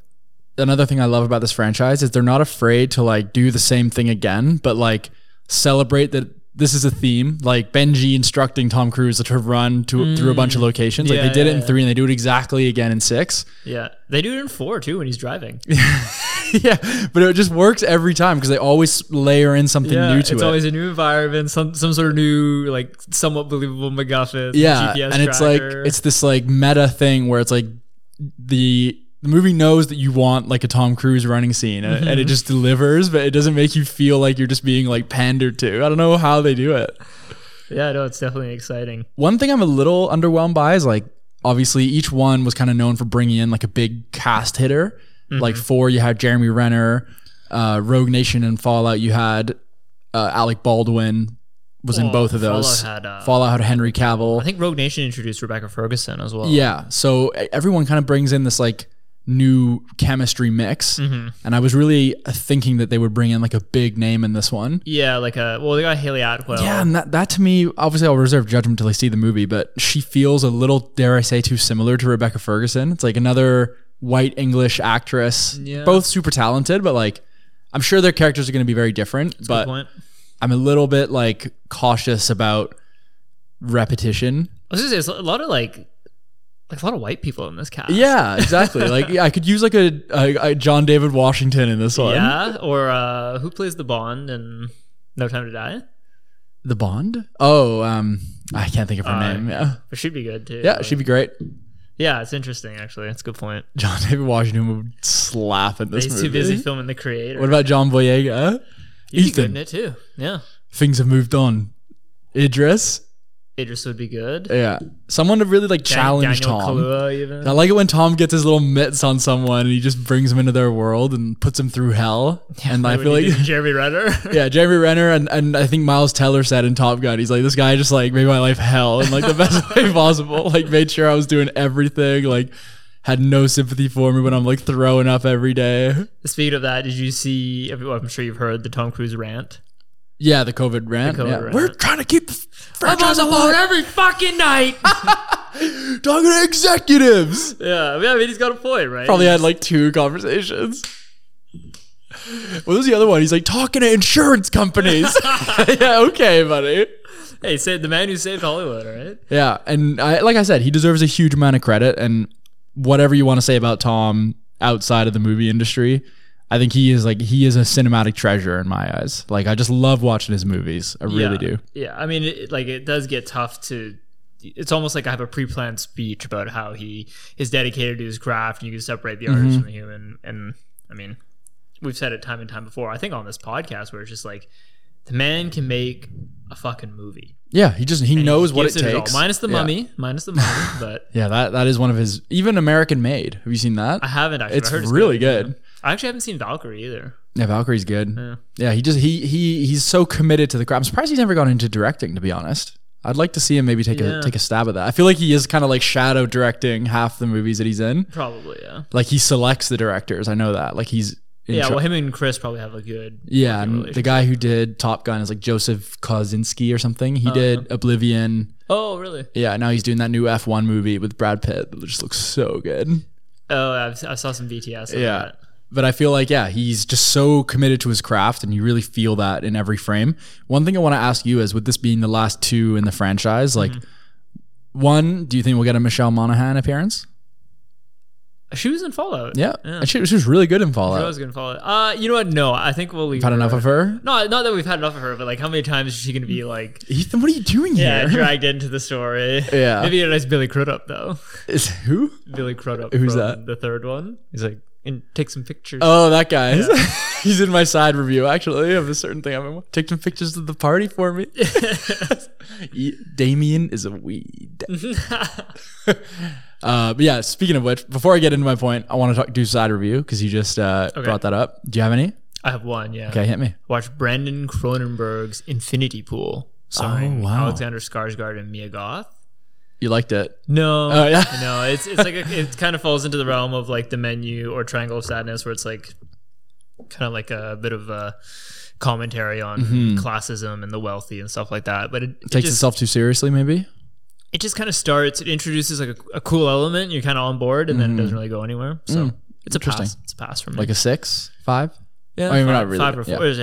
[SPEAKER 1] another thing I love about this franchise is they're not afraid to like do the same thing again, but like celebrate that this is a theme. Like Benji instructing Tom Cruise to run to through a bunch of locations. Like
[SPEAKER 2] Mm. Yeah,
[SPEAKER 1] they did
[SPEAKER 2] yeah,
[SPEAKER 1] it in
[SPEAKER 2] yeah.
[SPEAKER 1] three, and they do it exactly again in six.
[SPEAKER 2] Yeah. They do it in four too when he's driving.
[SPEAKER 1] yeah, but it just works every time because they always layer in something new to it.
[SPEAKER 2] it's always a new environment, some some sort of new, like somewhat believable MacGuffin.
[SPEAKER 1] yeah,
[SPEAKER 2] GPS
[SPEAKER 1] and it's
[SPEAKER 2] tracker.
[SPEAKER 1] like it's this like meta thing where it's like the the movie knows that you want like a Tom Cruise running scene, and, and it
[SPEAKER 2] Mm-hmm.
[SPEAKER 1] just delivers, but it doesn't make you feel like you're just being like pandered to. I don't know how they do it.
[SPEAKER 2] yeah, no, it's definitely exciting.
[SPEAKER 1] One thing I'm a little underwhelmed by is like obviously each one was kind of known for bringing in like a big cast hitter. Like
[SPEAKER 2] Mm-hmm.
[SPEAKER 1] four, you had Jeremy Renner, uh, Rogue Nation, and Fallout. You had uh, Alec Baldwin was in
[SPEAKER 2] Well,
[SPEAKER 1] both of those.
[SPEAKER 2] Fallout had, uh,
[SPEAKER 1] Fallout had Henry Cavill.
[SPEAKER 2] I think Rogue Nation introduced Rebecca Ferguson as well.
[SPEAKER 1] Yeah. So e- everyone kind of brings in this like new chemistry mix.
[SPEAKER 2] Mhm.
[SPEAKER 1] And I was really uh, thinking that they would bring in like a big name in this one.
[SPEAKER 2] Yeah, like a well, they got Haley Atwell.
[SPEAKER 1] Yeah. And that, that to me, obviously, I'll reserve judgment till I see the movie, but she feels a little, dare I say, too similar to Rebecca Ferguson. It's like another white English actress,
[SPEAKER 2] Yeah.
[SPEAKER 1] both super talented, but like, I'm sure their characters are going to be very different,
[SPEAKER 2] Good
[SPEAKER 1] but
[SPEAKER 2] point.
[SPEAKER 1] I'm a little bit like cautious about repetition.
[SPEAKER 2] I was gonna say it's a lot of like, like a lot of white people in this cast.
[SPEAKER 1] Yeah, exactly. like yeah, I could use like a, a, a John David Washington in this one.
[SPEAKER 2] yeah. Or uh, who plays the Bond in No Time to Die?
[SPEAKER 1] The Bond? Oh, um I can't think of her
[SPEAKER 2] Uh,
[SPEAKER 1] name. Yeah.
[SPEAKER 2] But she'd be good too.
[SPEAKER 1] Yeah, she'd be great.
[SPEAKER 2] Yeah, it's interesting actually. That's a good point.
[SPEAKER 1] John David Washington would slap in this
[SPEAKER 2] He's
[SPEAKER 1] movie.
[SPEAKER 2] too busy filming the creator.
[SPEAKER 1] What about John Boyega?
[SPEAKER 2] He'd be
[SPEAKER 1] Ethan?
[SPEAKER 2] good in it too. Yeah.
[SPEAKER 1] Things have moved on. Idris?
[SPEAKER 2] Idris would be good.
[SPEAKER 1] Yeah. Someone to really like
[SPEAKER 2] Dan-
[SPEAKER 1] challenge
[SPEAKER 2] Daniel
[SPEAKER 1] Tom.
[SPEAKER 2] Kaluuya even.
[SPEAKER 1] I like it when Tom gets his little mitts on someone and he just brings him into their world and puts him through hell. and I
[SPEAKER 2] When
[SPEAKER 1] feel
[SPEAKER 2] he
[SPEAKER 1] like
[SPEAKER 2] did Jeremy Renner.
[SPEAKER 1] Yeah, Jeremy Renner and, and I think Miles Teller said in Top Gun, he's like, this guy just like made my life hell in like the best way possible. Like made sure I was doing everything, like had no sympathy for me when I'm like throwing up every day.
[SPEAKER 2] Speaking of that, did you see? well, I'm sure you've heard the Tom Cruise rant.
[SPEAKER 1] Yeah, the COVID rant.
[SPEAKER 2] COVID
[SPEAKER 1] yeah.
[SPEAKER 2] rant.
[SPEAKER 1] We're trying to keep the franchise
[SPEAKER 2] board
[SPEAKER 1] alive.
[SPEAKER 2] every fucking night.
[SPEAKER 1] Talking to executives.
[SPEAKER 2] yeah, yeah, I mean he's got a point, right?
[SPEAKER 1] Probably had like two conversations. What was the other one? He's like talking to insurance companies. yeah, okay, buddy.
[SPEAKER 2] Hey, say the man who saved Hollywood, right?
[SPEAKER 1] Yeah, and I, like I said, he deserves a huge amount of credit. And whatever you want to say about Tom outside of the movie industry, I think he is like he is a cinematic treasure in my eyes. Like I just love watching his movies. I really
[SPEAKER 2] yeah.
[SPEAKER 1] do.
[SPEAKER 2] Yeah, I mean, it, like it does get tough to. It's almost like I have a pre-planned speech about how he is dedicated to his craft, and you can separate the artist
[SPEAKER 1] Mm-hmm.
[SPEAKER 2] from the human. And I mean, we've said it time and time before. I think on this podcast, where it's just like the man can make a fucking movie.
[SPEAKER 1] Yeah, he just he
[SPEAKER 2] And he
[SPEAKER 1] knows what it
[SPEAKER 2] gives all.
[SPEAKER 1] takes.
[SPEAKER 2] Minus the
[SPEAKER 1] Yeah.
[SPEAKER 2] mummy, minus the mummy, but
[SPEAKER 1] Yeah, that that is one of his even American Made. Have you seen that?
[SPEAKER 2] I haven't actually.
[SPEAKER 1] it's
[SPEAKER 2] I heard
[SPEAKER 1] really good.
[SPEAKER 2] I actually haven't seen Valkyrie either.
[SPEAKER 1] Yeah, Valkyrie's good.
[SPEAKER 2] Yeah.
[SPEAKER 1] Yeah. he just he he he's so committed to the craft. I'm surprised he's never gone into directing. To be honest, I'd like to see him maybe take
[SPEAKER 2] Yeah.
[SPEAKER 1] a take a stab at that. I feel like he is kind of like shadow directing half the movies that he's in.
[SPEAKER 2] Probably, yeah.
[SPEAKER 1] like he selects the directors. I know that. Like he's in
[SPEAKER 2] Yeah,
[SPEAKER 1] char-
[SPEAKER 2] well, him and Chris probably have a good.
[SPEAKER 1] yeah. And the
[SPEAKER 2] relationship.
[SPEAKER 1] guy who did Top Gun is like Joseph Kosinski or something. He did Oblivion.
[SPEAKER 2] Oh, really?
[SPEAKER 1] Yeah, now he's doing that new F one movie with Brad Pitt that just looks so good.
[SPEAKER 2] Oh, I've, I saw some BTS. on
[SPEAKER 1] Yeah.
[SPEAKER 2] that.
[SPEAKER 1] But I feel like yeah, he's just so committed to his craft, and you really feel that in every frame. One thing I want to ask you is, with this being the last two in the franchise, like.
[SPEAKER 2] Mm-hmm.
[SPEAKER 1] One, do you think we'll get a Michelle Monaghan appearance?
[SPEAKER 2] She was in Fallout.
[SPEAKER 1] Yeah,
[SPEAKER 2] Yeah.
[SPEAKER 1] And she, she was really good in
[SPEAKER 2] I
[SPEAKER 1] Fallout.
[SPEAKER 2] was gonna Fallout. Uh, you know what? No, I think we'll leave.
[SPEAKER 1] We've had enough of her.
[SPEAKER 2] No, not that we've had enough of her, but like, how many times is she gonna be like,
[SPEAKER 1] Ethan, what are you doing
[SPEAKER 2] yeah,
[SPEAKER 1] here?
[SPEAKER 2] dragged into the story?
[SPEAKER 1] Yeah.
[SPEAKER 2] Maybe a nice Billy Crudup though.
[SPEAKER 1] Is- who?
[SPEAKER 2] Billy Crudup.
[SPEAKER 1] Who's
[SPEAKER 2] from
[SPEAKER 1] that?
[SPEAKER 2] The third one. He's like, and take some pictures.
[SPEAKER 1] Oh, that guy. He's in my side review, actually, of a certain thing. I'm in. Take some pictures of the party for me. E- Damien is a weed. uh, but yeah, speaking of which, before I get into my point, I want to talk, do side review because you just uh, brought that up. Do you have any?
[SPEAKER 2] I have one. Yeah.
[SPEAKER 1] Okay, hit me.
[SPEAKER 2] Watch Brandon Cronenberg's Infinity Pool, starring
[SPEAKER 1] Oh, wow.
[SPEAKER 2] Alexander Skarsgård and Mia Goth.
[SPEAKER 1] You liked it.
[SPEAKER 2] No,
[SPEAKER 1] Oh, yeah.
[SPEAKER 2] no, it's it's like a, it kind of falls into the realm of like the menu or Triangle of Sadness, where it's like kind of like a bit of a commentary on classism and the wealthy and stuff like that. But it, it
[SPEAKER 1] Mm-hmm. Takes
[SPEAKER 2] just,
[SPEAKER 1] itself too seriously, maybe.
[SPEAKER 2] it just kind of starts. It introduces like a, a cool element. You're kind of on board, and then it doesn't really go anywhere. So it's a
[SPEAKER 1] Mm-hmm. Mm. Interesting.
[SPEAKER 2] pass. It's a pass for me.
[SPEAKER 1] Like a six, five.
[SPEAKER 2] yeah,
[SPEAKER 1] I mean,
[SPEAKER 2] five,
[SPEAKER 1] we're not really-
[SPEAKER 2] five or
[SPEAKER 1] yeah.
[SPEAKER 2] four. Yeah,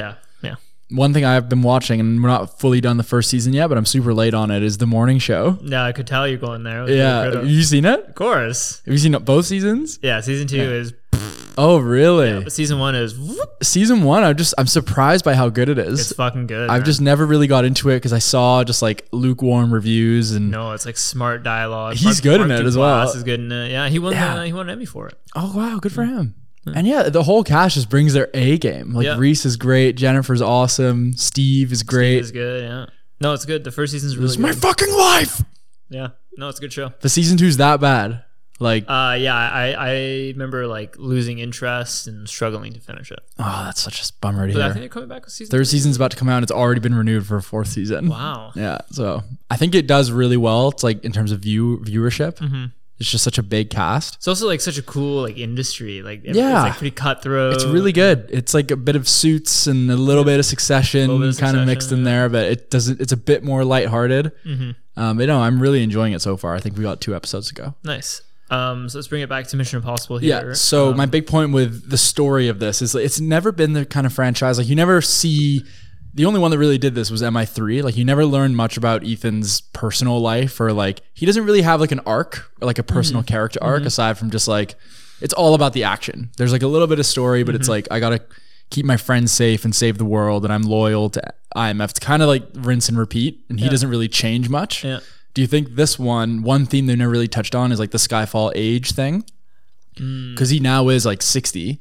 [SPEAKER 2] yeah.
[SPEAKER 1] One thing I've been watching, and we're not fully done the first season yet, but I'm super late on it. Is the morning show?
[SPEAKER 2] No, I could tell you're going there. with
[SPEAKER 1] Yeah,
[SPEAKER 2] your
[SPEAKER 1] have
[SPEAKER 2] critic.
[SPEAKER 1] you seen it?
[SPEAKER 2] of course.
[SPEAKER 1] Have you seen both seasons?
[SPEAKER 2] Yeah, season two is.
[SPEAKER 1] Oh, really?
[SPEAKER 2] Season one is. whoop,
[SPEAKER 1] Season one, I'm just I'm surprised by how good it is.
[SPEAKER 2] It's fucking good.
[SPEAKER 1] I've
[SPEAKER 2] man.
[SPEAKER 1] just never really got into it because I saw just like lukewarm reviews and
[SPEAKER 2] No, it's like smart dialogue.
[SPEAKER 1] He's good in it as well.
[SPEAKER 2] Duplass Is good in it. Yeah, he won.
[SPEAKER 1] Yeah.
[SPEAKER 2] The, he won an Emmy for it.
[SPEAKER 1] oh wow, good for him. And yeah, the whole cast just brings their A game. Like
[SPEAKER 2] Mm. Yeah.
[SPEAKER 1] Reese is great, Jennifer's awesome, Steve is
[SPEAKER 2] It
[SPEAKER 1] great.
[SPEAKER 2] was good. Yeah. No, it's good. The first season's
[SPEAKER 1] It's
[SPEAKER 2] really
[SPEAKER 1] my
[SPEAKER 2] good.
[SPEAKER 1] fucking life.
[SPEAKER 2] yeah. No, it's a good show.
[SPEAKER 1] The season two's that bad. Like,
[SPEAKER 2] Uh, yeah. I I remember like losing interest and struggling to finish it.
[SPEAKER 1] oh, that's such a bummer to
[SPEAKER 2] But I
[SPEAKER 1] hear.
[SPEAKER 2] think they're coming back with season.
[SPEAKER 1] Third season's about to come out. and It's already been renewed for a fourth season.
[SPEAKER 2] Wow.
[SPEAKER 1] Yeah, so I think it does really well. It's like in terms of view viewership,
[SPEAKER 2] Mm-hmm.
[SPEAKER 1] it's just such a big cast.
[SPEAKER 2] It's also like such a cool like industry. Like it's
[SPEAKER 1] Yeah.
[SPEAKER 2] like pretty cutthroat.
[SPEAKER 1] It's really good. It's like a bit of Suits and a little bit of Succession,
[SPEAKER 2] Little bit of
[SPEAKER 1] kind of mixed
[SPEAKER 2] Succession,
[SPEAKER 1] in there, but it doesn't. It's a bit more lighthearted.
[SPEAKER 2] Mhm.
[SPEAKER 1] Um, you know, I'm really enjoying it so far. I think we got two episodes to go.
[SPEAKER 2] nice. Um, so let's bring it back to Mission Impossible
[SPEAKER 1] Yeah.
[SPEAKER 2] here.
[SPEAKER 1] So
[SPEAKER 2] Um,
[SPEAKER 1] my big point with the story of this is like, it's never been the kind of franchise like you never see. The only one that really did this was MI3. Like you never learn much about Ethan's personal life or like he doesn't really have like an arc or like a personal
[SPEAKER 2] Mm-hmm.
[SPEAKER 1] character arc aside from just like it's all about the action. There's like a little bit of story, but it's
[SPEAKER 2] Mm-hmm.
[SPEAKER 1] like I gotta keep my friends safe and save the world, and I'm loyal to IMF. It's kind of like rinse and repeat, and he doesn't really change much.
[SPEAKER 2] Yeah.
[SPEAKER 1] Do you think this one, one theme they never really touched on is like the Skyfall age thing? Because he now is like 60.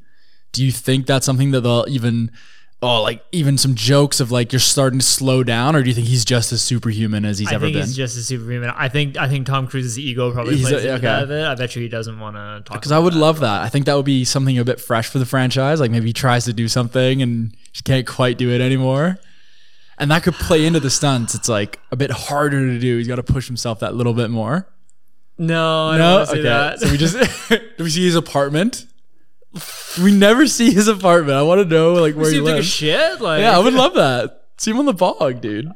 [SPEAKER 1] Do you think that's something that they'll even, oh, like even some jokes of like you're starting to slow down, or do you think he's just as superhuman as he's
[SPEAKER 2] I
[SPEAKER 1] ever
[SPEAKER 2] think
[SPEAKER 1] been?
[SPEAKER 2] he's just a superhuman. I think I think Tom Cruise's ego probably
[SPEAKER 1] He's
[SPEAKER 2] plays
[SPEAKER 1] a-
[SPEAKER 2] into
[SPEAKER 1] okay.
[SPEAKER 2] that a bit. I bet you he doesn't want to talk.
[SPEAKER 1] Because I would love that. I think that would be something a bit fresh for the franchise. Like maybe he tries to do something and he can't quite do it anymore. And that could play into the stunts. It's like a bit harder to do. He's got to push himself that little bit more.
[SPEAKER 2] No,
[SPEAKER 1] No,
[SPEAKER 2] I don't want to say that.
[SPEAKER 1] So we just do we see his apartment? We never see his apartment. I want to know like where
[SPEAKER 2] See
[SPEAKER 1] he
[SPEAKER 2] him take a
[SPEAKER 1] lives.
[SPEAKER 2] shit. Like,
[SPEAKER 1] yeah, I would love that. See him on the bog, dude.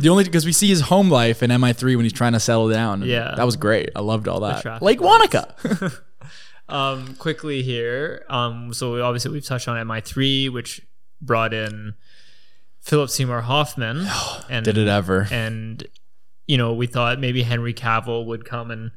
[SPEAKER 1] The only because we see his home life in MI3 when he's trying to settle down. and
[SPEAKER 2] Yeah.
[SPEAKER 1] that was great. I loved all that.
[SPEAKER 2] traffic
[SPEAKER 1] Like Wanaka.
[SPEAKER 2] um, quickly here. Um, so we, obviously we've touched on MI3, which brought in Philip Seymour Hoffman,
[SPEAKER 1] Oh,
[SPEAKER 2] and
[SPEAKER 1] Did it ever?
[SPEAKER 2] and you know we thought maybe Henry Cavill would come and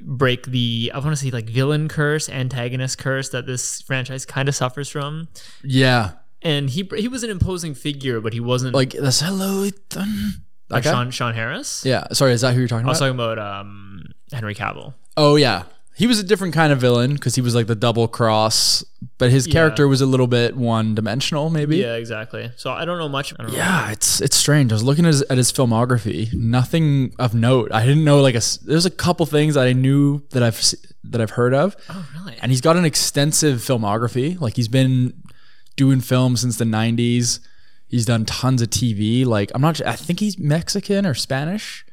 [SPEAKER 2] break the I want to say like villain curse, antagonist curse that this franchise kind of suffers from.
[SPEAKER 1] Yeah,
[SPEAKER 2] And he he was an imposing figure, but he wasn't
[SPEAKER 1] like this. Hello, Ethan.
[SPEAKER 2] like
[SPEAKER 1] That guy?
[SPEAKER 2] Sean Oh, Sean Harris.
[SPEAKER 1] Yeah. Sorry, is that who you're talking about?
[SPEAKER 2] I was talking about um, Henry Cavill.
[SPEAKER 1] Oh yeah. He was a different kind of villain because he was like the double cross, but his character was a little bit one dimensional, maybe.
[SPEAKER 2] Yeah, exactly. So I don't know much. I don't know.
[SPEAKER 1] Yeah, it's it's strange. I was looking at his, at his filmography, nothing of note. I didn't know like a s- there's a couple things that I knew that I've s- that I've heard of,
[SPEAKER 2] Oh, really?
[SPEAKER 1] and he's got an extensive filmography. Like he's been doing film since the '90s. He's done tons of TV. Like I'm not. su- I think he's Mexican or Spanish.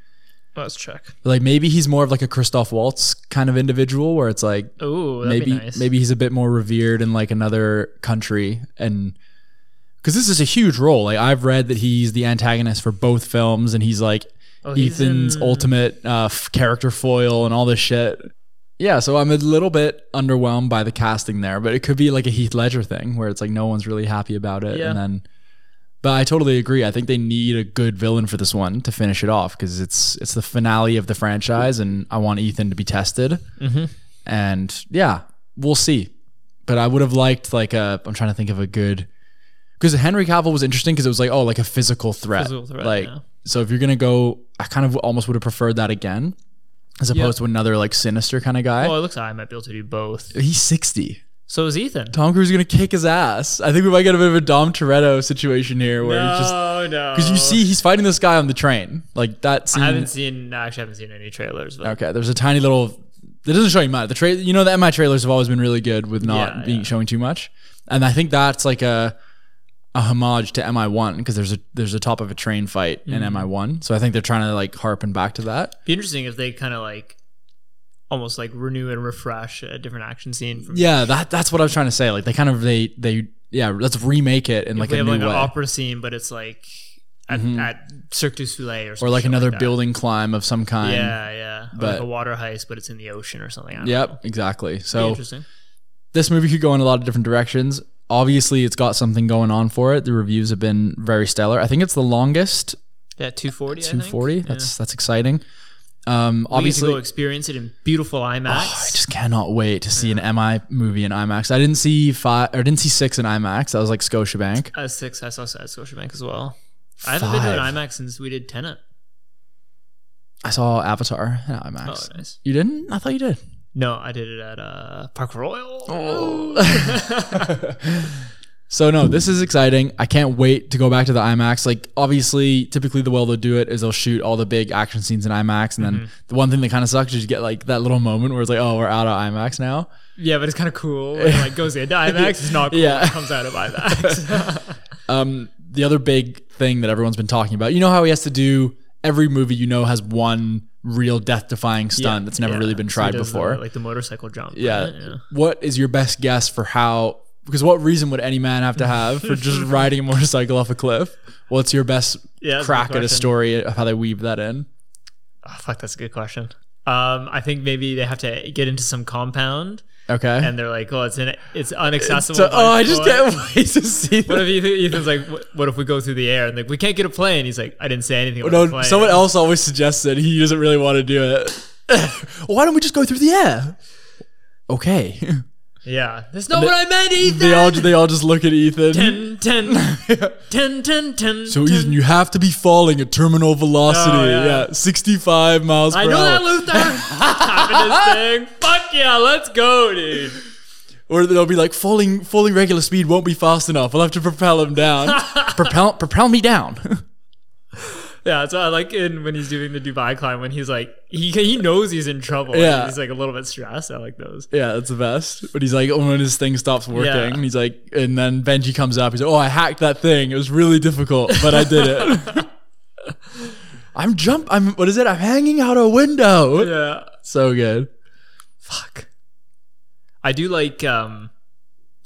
[SPEAKER 2] Let's check.
[SPEAKER 1] Like maybe he's more of like a Christoph Waltz kind of individual, where it's like
[SPEAKER 2] Oh, that'd
[SPEAKER 1] maybe
[SPEAKER 2] be nice.
[SPEAKER 1] maybe he's a bit more revered in like another country and because this is a huge role like i've read that he's the antagonist for both films and he's like
[SPEAKER 2] Oh, he's
[SPEAKER 1] ethan's
[SPEAKER 2] in-
[SPEAKER 1] ultimate uh, f- character foil and all this shit yeah so i'm a little bit underwhelmed by the casting there but it could be like a heath ledger thing where it's like no one's really happy about it
[SPEAKER 2] Yeah.
[SPEAKER 1] and then but i totally agree i think they need a good villain for this one to finish it off because it's it's the finale of the franchise and i want ethan to be tested and yeah, we'll see. But I would have liked like a. I'm trying to think of a good because Henry Cavill was interesting because it was like oh like a physical threat.
[SPEAKER 2] Physical threat,
[SPEAKER 1] like
[SPEAKER 2] yeah.
[SPEAKER 1] so if you're gonna go, I kind of almost would have preferred that again as opposed to another like sinister kind of guy.
[SPEAKER 2] Oh, it looks like I might be able to do both.
[SPEAKER 1] He's 60.
[SPEAKER 2] So is Ethan.
[SPEAKER 1] Tom Cruise is gonna kick his ass. I think we might get a bit of a Dom Toretto situation here where he's just
[SPEAKER 2] no.
[SPEAKER 1] because you see he's fighting this guy on the train like that
[SPEAKER 2] I
[SPEAKER 1] scene.
[SPEAKER 2] haven't seen. I actually haven't seen any trailers. But
[SPEAKER 1] Okay, there's a tiny little. It doesn't show you much. The tra- you know, the MI trailers have always been really good with not
[SPEAKER 2] Yeah,
[SPEAKER 1] being
[SPEAKER 2] yeah.
[SPEAKER 1] showing too much, and I think that's like a a homage to MI1 because there's a there's a top of a train fight
[SPEAKER 2] Mm.
[SPEAKER 1] in MI1. So I think they're trying to like harpen back to that.
[SPEAKER 2] be interesting if they kind of like almost like renew and refresh a different action scene from
[SPEAKER 1] Yeah, that that's what I was trying to say. Like they kind of they they yeah, let's remake it in like
[SPEAKER 2] we
[SPEAKER 1] a
[SPEAKER 2] have
[SPEAKER 1] new
[SPEAKER 2] like
[SPEAKER 1] way. Mm-hmm.
[SPEAKER 2] an opera scene, but it's like at, at Cirque du Soleil or
[SPEAKER 1] or
[SPEAKER 2] something
[SPEAKER 1] like another
[SPEAKER 2] that.
[SPEAKER 1] building climb of some kind.
[SPEAKER 2] Yeah, yeah. Or like
[SPEAKER 1] but-
[SPEAKER 2] a water heist, but it's in the ocean or something. I don't know.
[SPEAKER 1] Yep, exactly.
[SPEAKER 2] Be
[SPEAKER 1] So
[SPEAKER 2] interesting.
[SPEAKER 1] this movie could go in a lot of different directions. Obviously, it's got something going on for it. The reviews have been very stellar. I think it's the longest
[SPEAKER 2] Yeah, two forty. Two
[SPEAKER 1] 240. That's that's exciting. Um, obviously, Oh,
[SPEAKER 2] go experience it in beautiful IMAX.
[SPEAKER 1] I just cannot wait to see an MI movie in IMAX. I didn't see five, or I didn't see six in IMAX. That was like Scotiabank.
[SPEAKER 2] uh, six. I saw at Scotiabank as well. I haven't been to
[SPEAKER 1] Five.
[SPEAKER 2] an IMAX since we did Tenet.
[SPEAKER 1] I saw Avatar in
[SPEAKER 2] Oh,
[SPEAKER 1] IMAX.
[SPEAKER 2] nice.
[SPEAKER 1] You didn't? I thought you did.
[SPEAKER 2] No, I did it at uh, Park Royal.
[SPEAKER 1] Oh.
[SPEAKER 2] Oh.
[SPEAKER 1] So no, this is exciting. I can't wait to go back to the IMAX. Like obviously, typically the way they'll do it is they'll shoot all the big action scenes in IMAX, and then
[SPEAKER 2] Mm-hmm.
[SPEAKER 1] the one thing that kind of sucks is you get like that little moment where it's like, oh, we're out of IMAX now.
[SPEAKER 2] Yeah, but it's kind of cool. It like goes into IMAX. It's not cool.
[SPEAKER 1] Yeah.
[SPEAKER 2] It comes out of IMAX.
[SPEAKER 1] Um, the other big thing that everyone's been talking about, you know how he has to do every movie. You know has one real death-defying stunt Uh, that's never
[SPEAKER 2] Yeah.
[SPEAKER 1] really been
[SPEAKER 2] So he
[SPEAKER 1] tried
[SPEAKER 2] does the-
[SPEAKER 1] before.
[SPEAKER 2] like the motorcycle jump.
[SPEAKER 1] Yeah.
[SPEAKER 2] right? yeah.
[SPEAKER 1] What is your best guess for how? Because what reason would any man have to have for just riding a motorcycle off a cliff? What's your best
[SPEAKER 2] Yeah, that's a good
[SPEAKER 1] crack at a
[SPEAKER 2] question.
[SPEAKER 1] story of how they weave that in?
[SPEAKER 2] Oh, fuck, that's a good question. Um, I think maybe they have to get into some compound,
[SPEAKER 1] Okay.
[SPEAKER 2] and they're like, "Oh, it's in, it's unaccessible."
[SPEAKER 1] so,
[SPEAKER 2] by
[SPEAKER 1] oh, I just
[SPEAKER 2] foot."
[SPEAKER 1] can't wait to see
[SPEAKER 2] What
[SPEAKER 1] that.
[SPEAKER 2] if Ethan, Ethan's like, "What- "What if we go through the air?" And like, "We can't get a plane." He's like, "I didn't say anything." About a
[SPEAKER 1] Oh, No,
[SPEAKER 2] plane.
[SPEAKER 1] someone else always suggests that he doesn't really want to do it. Why don't we just go through the air? Okay.
[SPEAKER 2] Yeah, that's not what I meant, Ethan.
[SPEAKER 1] they all they all just look at Ethan.
[SPEAKER 2] ten, ten, ten, ten, ten.
[SPEAKER 1] So Ethan, you have to be falling at terminal velocity.
[SPEAKER 2] Oh,
[SPEAKER 1] yeah.
[SPEAKER 2] yeah.
[SPEAKER 1] 65 miles per
[SPEAKER 2] I know
[SPEAKER 1] hour.
[SPEAKER 2] that, Luther. Tapping his thing. Fuck yeah, let's go, dude.
[SPEAKER 1] Or they'll be like, falling, falling regular speed won't be fast enough. I'll have to propel him down. propel, propel me down.
[SPEAKER 2] Yeah, that's what I like in when he's doing the Dubai climb when he's like he he knows he's in trouble.
[SPEAKER 1] Yeah.
[SPEAKER 2] he's like a little bit stressed. I like those.
[SPEAKER 1] yeah, that's the best. But he's like, oh, when his thing stops working,
[SPEAKER 2] Yeah.
[SPEAKER 1] and he's like, and then Benji comes up. He's like, oh, I hacked that thing. It was really difficult, but I did it. I'm jump. I'm what is it? I'm hanging out a window.
[SPEAKER 2] Yeah,
[SPEAKER 1] So good.
[SPEAKER 2] fuck. I do like um,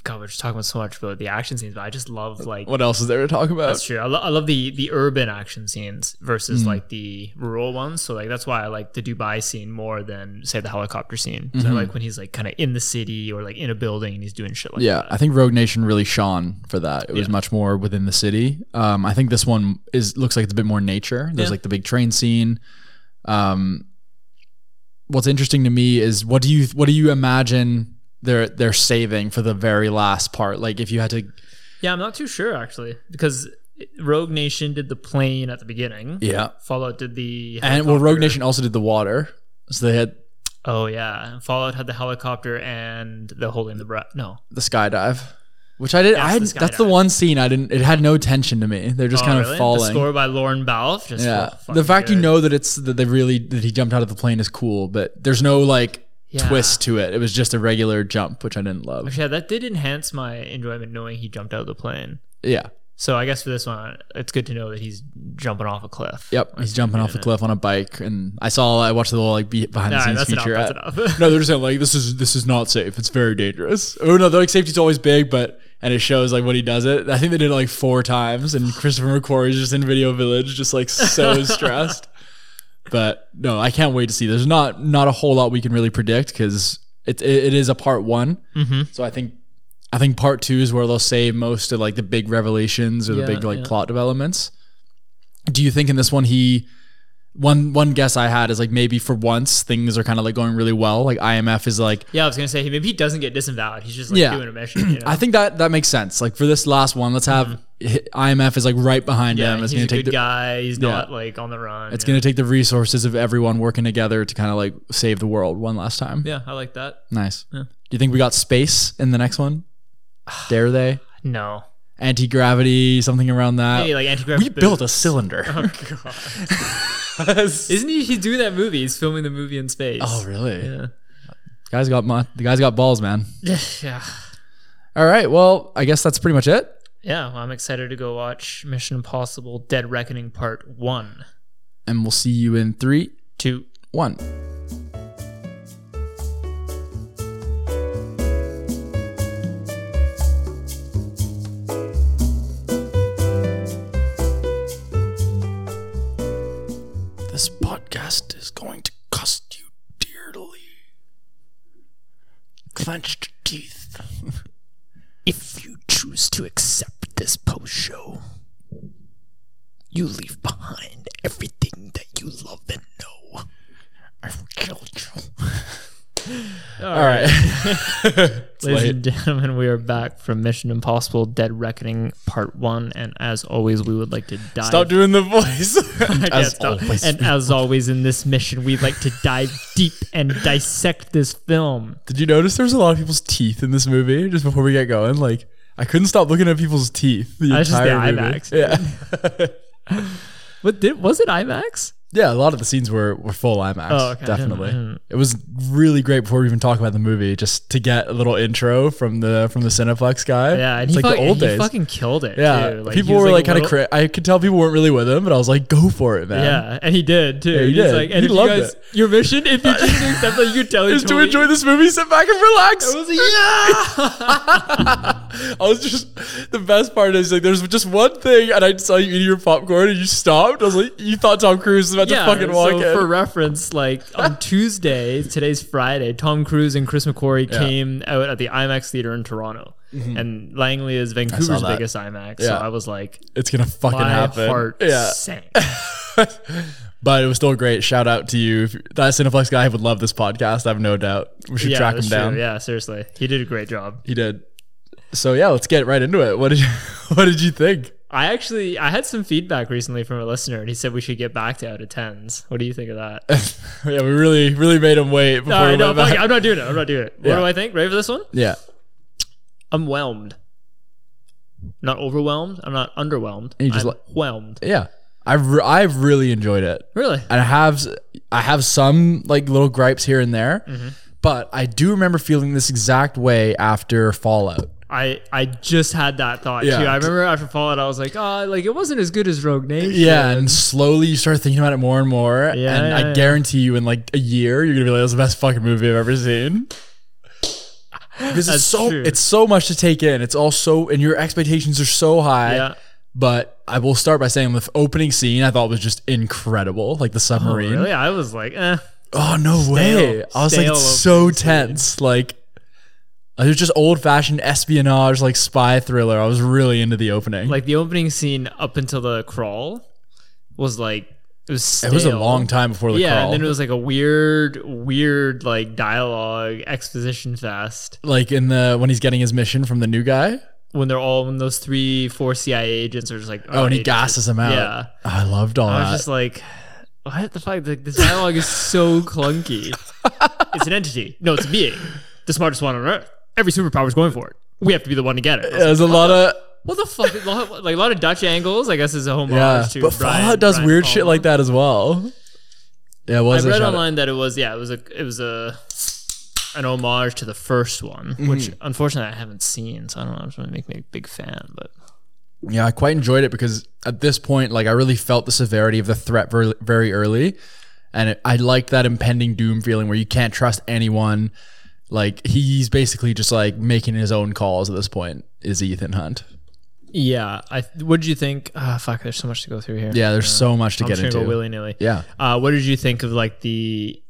[SPEAKER 2] God, we're just talking about so much about the action scenes, but I just love like
[SPEAKER 1] What else is there to talk
[SPEAKER 2] that's
[SPEAKER 1] about?
[SPEAKER 2] true. I, lo- I love the the urban action scenes versus like the rural ones. So like that's why I like the Dubai scene more than say the helicopter scene. 'Cause I like when he's like kind of in the city or like in a building and he's doing shit like
[SPEAKER 1] Yeah, I think Rogue Nation really shone for that. It was much more within the city. Um, I think this one is looks like it's a bit more nature. There's
[SPEAKER 2] Yeah.
[SPEAKER 1] like the big train scene. Um, what's interesting to me is what do you what do you imagine they're they're saving for the very last part? Like if you had to,
[SPEAKER 2] Yeah, I'm not too sure actually because Rogue Nation did the plane at the beginning.
[SPEAKER 1] yeah,
[SPEAKER 2] Fallout did the
[SPEAKER 1] and well, Rogue Nation also did the water, so they had
[SPEAKER 2] oh yeah, and Fallout had the helicopter and the holding the breath. No,
[SPEAKER 1] the skydive, which I did.
[SPEAKER 2] That's
[SPEAKER 1] I had,
[SPEAKER 2] the
[SPEAKER 1] that's the
[SPEAKER 2] skydive.
[SPEAKER 1] one scene I didn't. It had no tension to me. They're just
[SPEAKER 2] Oh,
[SPEAKER 1] kind
[SPEAKER 2] really?
[SPEAKER 1] of
[SPEAKER 2] The
[SPEAKER 1] falling.
[SPEAKER 2] score by Lauren Balfe. Just
[SPEAKER 1] Yeah,
[SPEAKER 2] felt
[SPEAKER 1] the
[SPEAKER 2] fucking
[SPEAKER 1] fact you
[SPEAKER 2] good.
[SPEAKER 1] know that it's that they really that he jumped out of the plane is cool, but there's no like
[SPEAKER 2] Yeah.
[SPEAKER 1] twist to it. It was just a regular jump, which I didn't love.
[SPEAKER 2] Actually, yeah, that did enhance my enjoyment knowing he jumped out of the plane.
[SPEAKER 1] Yeah,
[SPEAKER 2] So I guess for this one, it's good to know that he's jumping off a cliff.
[SPEAKER 1] yep. He's jumping off a cliff on a bike, and I saw I watched the little like be- behind the
[SPEAKER 2] Nah,
[SPEAKER 1] scenes
[SPEAKER 2] that's enough.
[SPEAKER 1] feature.
[SPEAKER 2] That's enough.
[SPEAKER 1] No, they're just saying, like this is this is not safe. It's very dangerous. Oh no, they're like safety's always big, but and it shows like when he does it. I think they did it like four times, and Christopher McQuarrie is just in Video Village, just like so stressed. But no, I can't wait to see. There's not not a whole lot we can really predict because it, it it is a part one.
[SPEAKER 2] Mhm.
[SPEAKER 1] So I think I think part two is where they'll save most of like the big revelations or the
[SPEAKER 2] Yeah,
[SPEAKER 1] big like
[SPEAKER 2] yeah.
[SPEAKER 1] plot developments. Do you think in this one he one one guess I had is like maybe for once things are kind of like going really well. Like IMF is like
[SPEAKER 2] yeah, I was gonna say he maybe he doesn't get disavowed. He's just like
[SPEAKER 1] Yeah.
[SPEAKER 2] doing a mission. You know?
[SPEAKER 1] I think that that makes sense. Like for this last one, let's have IMF is like right behind
[SPEAKER 2] Mm-hmm. yeah,
[SPEAKER 1] him. It's
[SPEAKER 2] he's
[SPEAKER 1] gonna
[SPEAKER 2] a
[SPEAKER 1] take
[SPEAKER 2] good
[SPEAKER 1] the,
[SPEAKER 2] guy. He's not like on the run.
[SPEAKER 1] it's
[SPEAKER 2] you know?
[SPEAKER 1] gonna take the resources of everyone working together to kind of like save the world one last time.
[SPEAKER 2] yeah, I like that.
[SPEAKER 1] Nice. Do you think we got space in the next one? Dare they?
[SPEAKER 2] No,
[SPEAKER 1] Anti gravity, something around that.
[SPEAKER 2] Hey, like anti-grav
[SPEAKER 1] Oh. we built a
[SPEAKER 2] boots.
[SPEAKER 1] cylinder.
[SPEAKER 2] Oh god! Isn't he? He's doing that movie. He's filming the movie in space.
[SPEAKER 1] oh really?
[SPEAKER 2] Yeah.
[SPEAKER 1] Guys got mon- the guys got balls, man.
[SPEAKER 2] yeah.
[SPEAKER 1] All right. Well, I guess that's pretty much it.
[SPEAKER 2] yeah, well, I'm excited to go watch Mission Impossible: Dead Reckoning Part One,
[SPEAKER 1] And we'll see you in three,
[SPEAKER 2] two.
[SPEAKER 1] one. This podcast is going to cost you dearly. Clenched teeth. if you choose to accept this post show, you leave behind everything that you love and know. I've killed you.
[SPEAKER 2] All right, ladies
[SPEAKER 1] late.
[SPEAKER 2] and gentlemen, we are back from Mission Impossible: Dead Reckoning Part One, and as always, we would like to dive.
[SPEAKER 1] Stop doing the voice.
[SPEAKER 2] I
[SPEAKER 1] As
[SPEAKER 2] can't stop.
[SPEAKER 1] always.
[SPEAKER 2] and as always in this mission, we'd like to dive deep and dissect this film.
[SPEAKER 1] Did you notice there was a lot of people's teeth in this movie just before we get going? Like, I couldn't stop looking at people's teeth. The
[SPEAKER 2] That's just the
[SPEAKER 1] entire movie.
[SPEAKER 2] IMAX. What did was it IMAX?
[SPEAKER 1] Yeah, yeah. A lot of the scenes were, were full IMAX.
[SPEAKER 2] Oh, okay.
[SPEAKER 1] Definitely. It was really great before we even talk about the movie, just to get a little intro from the from the Cineplex guy.
[SPEAKER 2] Yeah, and
[SPEAKER 1] it's like
[SPEAKER 2] he, fuck-
[SPEAKER 1] the old
[SPEAKER 2] he
[SPEAKER 1] days.
[SPEAKER 2] fucking killed it.
[SPEAKER 1] yeah,
[SPEAKER 2] too. he
[SPEAKER 1] people
[SPEAKER 2] was,
[SPEAKER 1] were like, kind
[SPEAKER 2] little-
[SPEAKER 1] of. Cri- I could tell people weren't really with him, but I was like, "Go for it, man!"
[SPEAKER 2] Yeah, and he did too.
[SPEAKER 1] he
[SPEAKER 2] And he's
[SPEAKER 1] did.
[SPEAKER 2] like, and
[SPEAKER 1] He
[SPEAKER 2] if you
[SPEAKER 1] loved
[SPEAKER 2] guys-
[SPEAKER 1] it.
[SPEAKER 2] your mission, if you choose to accept it, you can tell
[SPEAKER 1] Just
[SPEAKER 2] it
[SPEAKER 1] to enjoy this movie, sit back and relax.
[SPEAKER 2] was a,
[SPEAKER 1] I was just the best part is like there's just one thing, and I saw you eating your popcorn, and you stopped. I was like, you thought Tom Cruise was about
[SPEAKER 2] yeah.
[SPEAKER 1] to fucking walk
[SPEAKER 2] so
[SPEAKER 1] in.
[SPEAKER 2] for reference, like on Tuesday, today's Friday, Tom Cruise and Chris McQuarrie came out at the IMAX theater in Toronto, and Langley is Vancouver's
[SPEAKER 1] Mm-hmm. that.
[SPEAKER 2] biggest IMAX. So
[SPEAKER 1] Yeah.
[SPEAKER 2] I was like,
[SPEAKER 1] it's gonna fucking
[SPEAKER 2] my
[SPEAKER 1] happen.
[SPEAKER 2] heart
[SPEAKER 1] Yeah,
[SPEAKER 2] sank.
[SPEAKER 1] but it was still great. Shout out to you. If you- That Cineplex guy would love this podcast. I have no doubt. We should
[SPEAKER 2] yeah,
[SPEAKER 1] track him
[SPEAKER 2] that's
[SPEAKER 1] down.
[SPEAKER 2] True. Yeah, seriously, he did a great job.
[SPEAKER 1] He did. So yeah, let's get right into it. What did you What did you think?
[SPEAKER 2] I actually I had some feedback recently from a listener, and he said we should get back to out of tens. What do you think of that?
[SPEAKER 1] yeah, we really really made him wait before
[SPEAKER 2] All
[SPEAKER 1] we
[SPEAKER 2] right,
[SPEAKER 1] went
[SPEAKER 2] no, fuck
[SPEAKER 1] back.
[SPEAKER 2] it, I'm not doing it. I'm not doing it. What
[SPEAKER 1] Yeah.
[SPEAKER 2] do I think? Ready for this one?
[SPEAKER 1] Yeah,
[SPEAKER 2] I'm whelmed. Not overwhelmed. I'm not underwhelmed.
[SPEAKER 1] you just
[SPEAKER 2] I'm
[SPEAKER 1] like-
[SPEAKER 2] whelmed.
[SPEAKER 1] yeah. I've re- I've really enjoyed it.
[SPEAKER 2] Really?
[SPEAKER 1] and I have I have some like little gripes here and there,
[SPEAKER 2] Mm-hmm.
[SPEAKER 1] but I do remember feeling this exact way after Fallout.
[SPEAKER 2] I I just had that thought
[SPEAKER 1] Yeah.
[SPEAKER 2] too. I remember after Fallout, I was like, oh, like it wasn't as good as Rogue Nation.
[SPEAKER 1] Yeah, and slowly you start thinking about it more and more,
[SPEAKER 2] Yeah,
[SPEAKER 1] and
[SPEAKER 2] yeah,
[SPEAKER 1] I
[SPEAKER 2] yeah.
[SPEAKER 1] guarantee you, in like a year, you're gonna be like, "That's the best fucking movie I've ever seen." Because
[SPEAKER 2] That's
[SPEAKER 1] it's so
[SPEAKER 2] true.
[SPEAKER 1] it's so much to take in. It's all so, and your expectations are so high.
[SPEAKER 2] Yeah.
[SPEAKER 1] But I will start by saying the opening scene I thought was just incredible, like the submarine.
[SPEAKER 2] Oh, Really? I was like, eh.
[SPEAKER 1] Oh no way! I was like
[SPEAKER 2] Stale
[SPEAKER 1] it's
[SPEAKER 2] of
[SPEAKER 1] so tense. Like it was just old fashioned espionage, like spy thriller. I was really into the opening.
[SPEAKER 2] Like the opening scene up until the crawl was like it was.
[SPEAKER 1] it was a
[SPEAKER 2] stale.
[SPEAKER 1] long time before the
[SPEAKER 2] yeah,
[SPEAKER 1] crawl.
[SPEAKER 2] and then it was like a weird, weird like dialogue exposition fest
[SPEAKER 1] like in the when he's getting his mission from the new guy.
[SPEAKER 2] when they're all when those three, four CIA agents are just like,
[SPEAKER 1] Oh, and he
[SPEAKER 2] agents.
[SPEAKER 1] gasses him out.
[SPEAKER 2] Yeah.
[SPEAKER 1] I loved all
[SPEAKER 2] I was
[SPEAKER 1] that.
[SPEAKER 2] just like, what the fuck? Like, this dialogue is so clunky. it's an entity. No, it's a being. The smartest one on earth. Every superpower is going for it. We have to be the one to get it. I was
[SPEAKER 1] There's
[SPEAKER 2] like,
[SPEAKER 1] a lot of
[SPEAKER 2] what the fuck? A lot- Like a lot of Dutch angles. oh, I guess is a homage
[SPEAKER 1] yeah,
[SPEAKER 2] to.
[SPEAKER 1] but
[SPEAKER 2] Brian-
[SPEAKER 1] Fallout does
[SPEAKER 2] Brian
[SPEAKER 1] weird
[SPEAKER 2] Palmer.
[SPEAKER 1] shit like that as well. Yeah, it was
[SPEAKER 2] I
[SPEAKER 1] a
[SPEAKER 2] read
[SPEAKER 1] shout out.
[SPEAKER 2] online that it was yeah, it was a it was a an homage to the first one,
[SPEAKER 1] Mm-hmm.
[SPEAKER 2] which unfortunately I haven't seen, so I don't know. It's going to make me a big fan, but
[SPEAKER 1] Yeah, I quite enjoyed it because at this point, like I really felt the severity of the threat very, very early, and it, I liked that impending doom feeling where you can't trust anyone. Like he's basically just like making his own calls at this point. Is Ethan Hunt?
[SPEAKER 2] yeah. I what did you think? Ah, fuck. There's so much to go through here.
[SPEAKER 1] Yeah, there's so much to
[SPEAKER 2] I'm
[SPEAKER 1] get
[SPEAKER 2] just gonna
[SPEAKER 1] into.
[SPEAKER 2] go willy nilly.
[SPEAKER 1] yeah,
[SPEAKER 2] Uh, what did you think of like the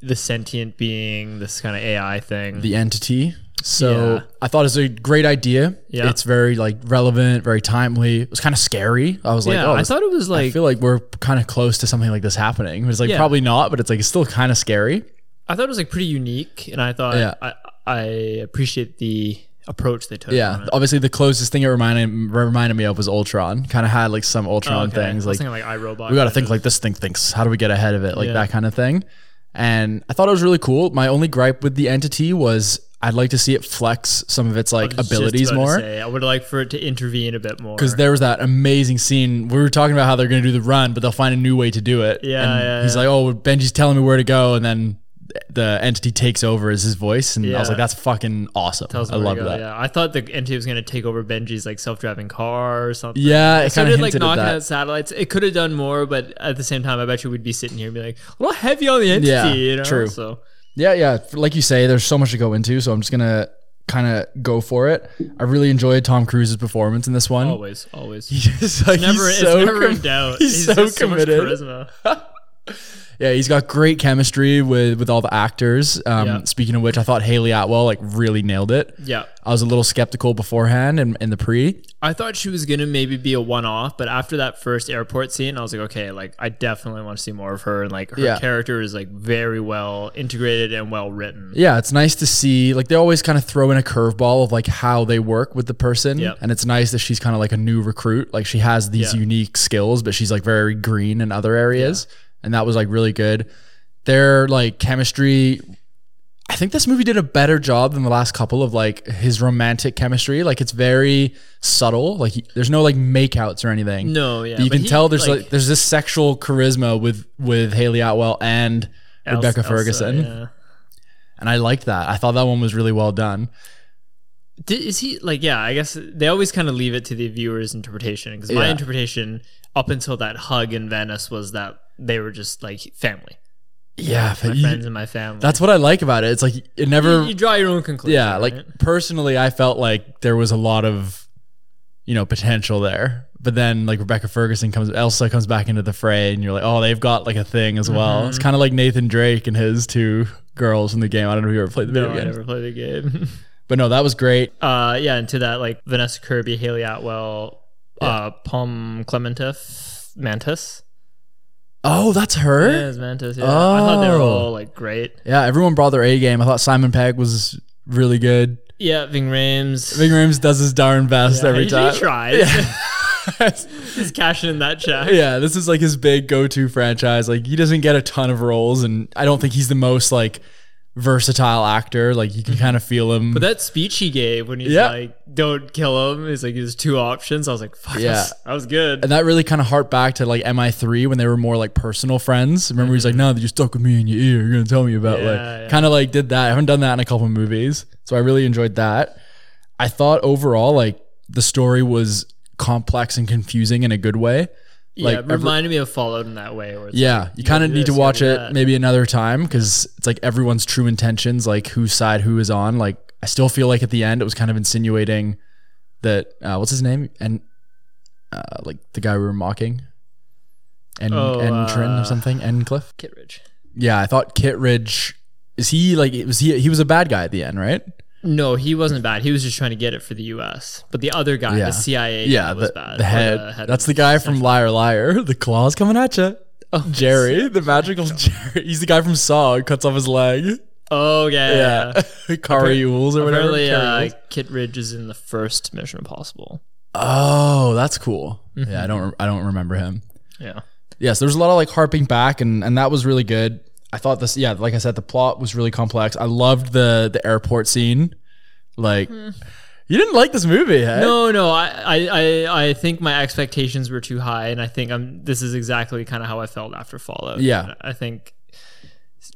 [SPEAKER 2] the sentient being, this kind of AI thing?
[SPEAKER 1] the entity. So
[SPEAKER 2] Yeah.
[SPEAKER 1] I thought it was a great idea.
[SPEAKER 2] Yeah.
[SPEAKER 1] it's very like relevant, very timely. It was kind of scary. I was like,
[SPEAKER 2] yeah,
[SPEAKER 1] oh,
[SPEAKER 2] I
[SPEAKER 1] this-
[SPEAKER 2] thought it was
[SPEAKER 1] I
[SPEAKER 2] like I,
[SPEAKER 1] feel like we're kind of close to something like this happening. It's like
[SPEAKER 2] Yeah.
[SPEAKER 1] probably not, but it's like it's still kind of scary.
[SPEAKER 2] thought it was like pretty unique, and I thought
[SPEAKER 1] Yeah.
[SPEAKER 2] I I appreciate the approach they took. on
[SPEAKER 1] Yeah,
[SPEAKER 2] it.
[SPEAKER 1] obviously the closest thing it reminded reminded me of was Ultron. Kind of had like some
[SPEAKER 2] Oh,
[SPEAKER 1] Ultron
[SPEAKER 2] okay.
[SPEAKER 1] things
[SPEAKER 2] I was
[SPEAKER 1] like
[SPEAKER 2] thinking like iRobot.
[SPEAKER 1] we got to think like this thing thinks. How do we get ahead of it? Like
[SPEAKER 2] Yeah.
[SPEAKER 1] that kind of thing. And I thought it was really cool. My only gripe with the entity was I'd like to see it flex some of its like
[SPEAKER 2] Just
[SPEAKER 1] abilities
[SPEAKER 2] about to
[SPEAKER 1] more.
[SPEAKER 2] say, I would like for it to intervene a bit more
[SPEAKER 1] Because there was that amazing scene. We were talking about how they're going to do the run, but they'll find a new way to do it.
[SPEAKER 2] Yeah,
[SPEAKER 1] and
[SPEAKER 2] yeah,
[SPEAKER 1] he's
[SPEAKER 2] yeah.
[SPEAKER 1] like, "Oh, Benji's telling me where to go," and then the entity takes over as his voice, and I was
[SPEAKER 2] Yeah.
[SPEAKER 1] like, that's fucking awesome.
[SPEAKER 2] Tells
[SPEAKER 1] I
[SPEAKER 2] him where
[SPEAKER 1] love
[SPEAKER 2] to go,
[SPEAKER 1] that.
[SPEAKER 2] Yeah, I thought the entity was gonna take over Benji's like self-driving car or something.
[SPEAKER 1] Yeah, it
[SPEAKER 2] it
[SPEAKER 1] kind
[SPEAKER 2] started
[SPEAKER 1] of
[SPEAKER 2] like
[SPEAKER 1] hinted at
[SPEAKER 2] knocking
[SPEAKER 1] that.
[SPEAKER 2] out satellites. It could have done more, but at the same time, I bet you we'd be sitting here and be like, a little heavy on the entity.
[SPEAKER 1] Yeah,
[SPEAKER 2] you know?
[SPEAKER 1] true.
[SPEAKER 2] So
[SPEAKER 1] Yeah, yeah. Like you say, there's so much to go into, so I'm just gonna kind of go for it. I really enjoyed Tom Cruise's performance in this one.
[SPEAKER 2] always, always.
[SPEAKER 1] He's like,
[SPEAKER 2] Oh, Never,
[SPEAKER 1] he's so
[SPEAKER 2] it's never in
[SPEAKER 1] com-
[SPEAKER 2] doubt.
[SPEAKER 1] he's so
[SPEAKER 2] just
[SPEAKER 1] committed.
[SPEAKER 2] charisma.
[SPEAKER 1] Yeah, he's got great chemistry with with all the actors. Um,
[SPEAKER 2] Yeah.
[SPEAKER 1] Speaking of which, I thought Haley Atwell like really nailed it.
[SPEAKER 2] Yeah,
[SPEAKER 1] I was a little skeptical beforehand and in, the pre.
[SPEAKER 2] I thought she was gonna maybe be a one-off, but after that first airport scene, I was like, okay, like I definitely want to see more of her, and like her
[SPEAKER 1] Yeah.
[SPEAKER 2] character is like very well integrated and well written.
[SPEAKER 1] Yeah, it's nice to see. Like they always kind of throw in a curveball of like how they work with the person,
[SPEAKER 2] Yep.
[SPEAKER 1] and it's nice that she's kind of like a new recruit. Like she has these
[SPEAKER 2] Yeah.
[SPEAKER 1] unique skills, but she's like very green in other areas, and that was like really good. Their like chemistry. I think this movie did a better job than the last couple of like his romantic chemistry. Like it's very subtle. Like he, there's no like makeouts or anything.
[SPEAKER 2] No, yeah,
[SPEAKER 1] But you
[SPEAKER 2] but
[SPEAKER 1] can
[SPEAKER 2] he,
[SPEAKER 1] tell there's
[SPEAKER 2] like-
[SPEAKER 1] like, there's this sexual charisma with with Haley Atwell and
[SPEAKER 2] Elsa-
[SPEAKER 1] Rebecca
[SPEAKER 2] Elsa,
[SPEAKER 1] Ferguson,
[SPEAKER 2] yeah.
[SPEAKER 1] and I liked that. I thought that one was really well done.
[SPEAKER 2] Did, is he like? Yeah, I guess they always kind of leave it to the viewer's interpretation. Because my
[SPEAKER 1] Yeah.
[SPEAKER 2] interpretation up until that hug in Venice was that they were just like family,
[SPEAKER 1] Yeah,
[SPEAKER 2] my
[SPEAKER 1] but you-
[SPEAKER 2] friends and my family.
[SPEAKER 1] that's what I like about it. It's like it
[SPEAKER 2] you,
[SPEAKER 1] never.
[SPEAKER 2] you draw your own conclusion.
[SPEAKER 1] yeah, like
[SPEAKER 2] right?
[SPEAKER 1] personally, I felt like there was a lot of, you know, potential there. But then like Rebecca Ferguson comes, Elsa comes back into the fray, and you're like, oh, they've got like a thing as well.
[SPEAKER 2] Mm-hmm.
[SPEAKER 1] It's kind of like Nathan Drake and his two girls in the game. I don't know if you ever played the
[SPEAKER 2] no,
[SPEAKER 1] video
[SPEAKER 2] I
[SPEAKER 1] game,
[SPEAKER 2] never played the game.
[SPEAKER 1] but no, that was great.
[SPEAKER 2] uh, yeah, and to that like Vanessa Kirby, Haley Atwell, uh, Palm Clementif, Mantis.
[SPEAKER 1] Oh, that's her.
[SPEAKER 2] Yeah, it was Mantis. Yeah, I thought they were
[SPEAKER 1] Oh.
[SPEAKER 2] all like great.
[SPEAKER 1] Yeah, everyone brought their A game. I thought Simon Pegg was really good.
[SPEAKER 2] Yeah, Ving Rhames.
[SPEAKER 1] Big Rams does his darn best
[SPEAKER 2] Yeah,
[SPEAKER 1] every
[SPEAKER 2] he,
[SPEAKER 1] time.
[SPEAKER 2] He tries. He's cashing in that check.
[SPEAKER 1] yeah, this is like his big go-to franchise. Like he doesn't get a ton of roles, and I don't think he's the most like versatile actor. Like you can kind of feel him.
[SPEAKER 2] Mm-hmm. But that speech he gave when he's
[SPEAKER 1] Yeah.
[SPEAKER 2] like, "Don't kill him," is like there's two options. I was like, "Fuck, yeah.
[SPEAKER 1] Yeah.
[SPEAKER 2] that, was, that was good."
[SPEAKER 1] and that really kind of harked back to like MI3 when they were more like personal friends. Remember, he's like, "No, you're stuck with me in your ear. You're gonna tell me about
[SPEAKER 2] Yeah,
[SPEAKER 1] like."
[SPEAKER 2] Mm-hmm. yeah.
[SPEAKER 1] Kind of like did that. I haven't done that in a couple movies, so I really enjoyed that. I thought overall like the story was complex and confusing in a good way.
[SPEAKER 2] yeah,
[SPEAKER 1] like,
[SPEAKER 2] it
[SPEAKER 1] every-
[SPEAKER 2] reminded me of Fallout in that way. Where it's
[SPEAKER 1] Yeah, you kind
[SPEAKER 2] gotta
[SPEAKER 1] of
[SPEAKER 2] do
[SPEAKER 1] need to
[SPEAKER 2] this, you gotta
[SPEAKER 1] watch
[SPEAKER 2] do
[SPEAKER 1] it
[SPEAKER 2] that.
[SPEAKER 1] maybe another time because it's like everyone's true intentions, like whose side who is on. Like I still feel like at the end it was kind of insinuating that uh, what's his name and uh, like the guy we were mocking, and
[SPEAKER 2] Oh,
[SPEAKER 1] Entrin
[SPEAKER 2] uh,
[SPEAKER 1] or something, Encliff.
[SPEAKER 2] like, Kit Ridge.
[SPEAKER 1] Yeah, I thought Kittridge is he like was he he was a bad guy at the end, right?
[SPEAKER 2] No, he wasn't bad. He was just trying to get it for the U.S. But the other guy,
[SPEAKER 1] Yeah.
[SPEAKER 2] the CIA,
[SPEAKER 1] Yeah,
[SPEAKER 2] guy was
[SPEAKER 1] the,
[SPEAKER 2] bad.
[SPEAKER 1] the
[SPEAKER 2] or
[SPEAKER 1] head.
[SPEAKER 2] of
[SPEAKER 1] That's the guy from Liar Liar. The claws coming at you. Oh, Jerry, the magical Jerry. He's the guy from Saw. who cuts off his leg.
[SPEAKER 2] Oh yeah, yeah. yeah.
[SPEAKER 1] Yeah. Kari Yules or whatever.
[SPEAKER 2] Apparently,
[SPEAKER 1] Kari
[SPEAKER 2] uh,
[SPEAKER 1] Yules.
[SPEAKER 2] Kit Ridge is in the first Mission Impossible.
[SPEAKER 1] oh, that's cool. Yeah, I don't re- I don't remember him.
[SPEAKER 2] Yeah,
[SPEAKER 1] Yes, there was a lot of like harping back and and that was really good. I thought this yeah, like I said the plot was really complex. I loved the the airport scene. Like You didn't like this movie, hey?
[SPEAKER 2] No, no, I, I, I, I think my expectations were too high, and I think I'm. This is exactly kind of how I felt after Fallout.
[SPEAKER 1] Yeah.
[SPEAKER 2] I think.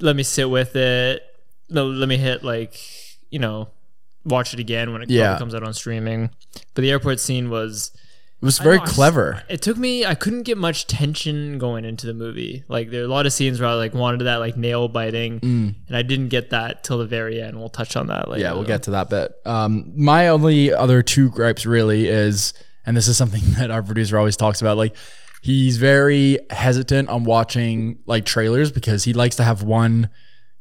[SPEAKER 2] Let me sit with it. Let, let me hit like you know, watch it again when it
[SPEAKER 1] Yeah.
[SPEAKER 2] comes out on streaming. But the airport scene was.
[SPEAKER 1] It was very
[SPEAKER 2] know, I s-
[SPEAKER 1] clever.
[SPEAKER 2] It took me. I couldn't get much tension going into the movie. Like there are a lot of scenes where I like wanted that like nail biting, and I didn't get that till the very end. We'll touch on that later.
[SPEAKER 1] Mm. Yeah, we'll get to that bit. Um, my only other two gripes really is, and this is something that our producer always talks about, like he's very hesitant on watching like trailers because he likes to have one.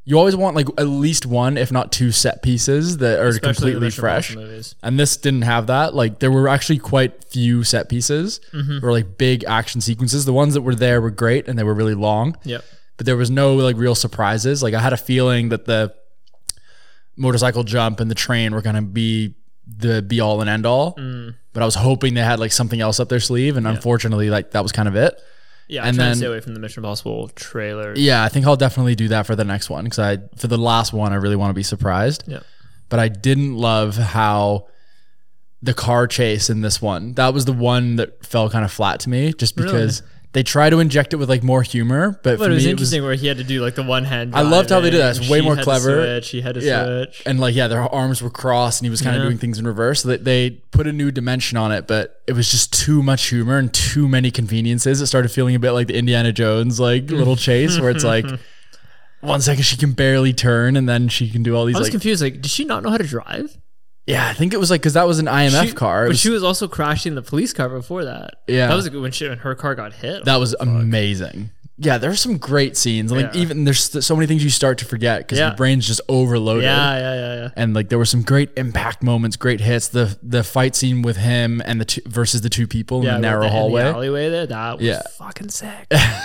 [SPEAKER 1] You always want like at least one, if not two, set pieces that are
[SPEAKER 2] Especially the
[SPEAKER 1] completely
[SPEAKER 2] Mission Impossible
[SPEAKER 1] fresh.
[SPEAKER 2] movies.
[SPEAKER 1] And this didn't have that. Like there were actually quite few set pieces
[SPEAKER 2] Mm-hmm.
[SPEAKER 1] or like big action sequences. The ones that were there were great and they were really long
[SPEAKER 2] Yep.
[SPEAKER 1] but there was no like real surprises. Like I had a feeling that the motorcycle jump and the train were gonna be the be all and end all.
[SPEAKER 2] Mm.
[SPEAKER 1] But I was hoping they had like something else up their sleeve, and unfortunately, like that was kind of it.
[SPEAKER 2] Yeah, I'm
[SPEAKER 1] And
[SPEAKER 2] trying
[SPEAKER 1] then-
[SPEAKER 2] to stay away from the Mission Impossible trailer.
[SPEAKER 1] Yeah, I think I'll definitely do that for the next one because I for the last one I really want to be surprised.
[SPEAKER 2] Yeah.
[SPEAKER 1] But I didn't love how the car chase in this one. That was the one that fell kind of flat to me, just because They try to inject it with like more humor, but,
[SPEAKER 2] But
[SPEAKER 1] for
[SPEAKER 2] it was
[SPEAKER 1] me, it was
[SPEAKER 2] interesting where he had to do like the one hand.
[SPEAKER 1] I loved how they did that.
[SPEAKER 2] driving,
[SPEAKER 1] It's way
[SPEAKER 2] she
[SPEAKER 1] more
[SPEAKER 2] had to
[SPEAKER 1] clever.
[SPEAKER 2] switch, He had to
[SPEAKER 1] yeah,
[SPEAKER 2] switch.
[SPEAKER 1] and like yeah, their arms were crossed, and he was kind of
[SPEAKER 2] Yeah.
[SPEAKER 1] doing things in reverse. So they, they put a new dimension on it, but it was just too much humor and too many conveniences. It started feeling a bit like the Indiana Jones like little chase, where it's like one second she can barely turn, and then she can do all these
[SPEAKER 2] I was
[SPEAKER 1] like
[SPEAKER 2] confused. Like, did she not know how to drive?
[SPEAKER 1] yeah. I think it was like because that was an IMF
[SPEAKER 2] She-
[SPEAKER 1] car. It
[SPEAKER 2] but
[SPEAKER 1] was,
[SPEAKER 2] she was also crashing the police car before that.
[SPEAKER 1] Yeah.
[SPEAKER 2] that was when she when her car got hit.
[SPEAKER 1] that was amazing. Yeah, there's some great scenes. Like
[SPEAKER 2] Yeah.
[SPEAKER 1] even there's so many things you start to forget because
[SPEAKER 2] Yeah.
[SPEAKER 1] your brain's just overloaded.
[SPEAKER 2] yeah, yeah, yeah, yeah.
[SPEAKER 1] and like there were some great impact moments, great hits. The the fight scene with him and the two, versus the two people in
[SPEAKER 2] yeah
[SPEAKER 1] the
[SPEAKER 2] with
[SPEAKER 1] narrow
[SPEAKER 2] the- E in the
[SPEAKER 1] hallway.
[SPEAKER 2] alleyway there. That was
[SPEAKER 1] Yeah.
[SPEAKER 2] fucking sick. that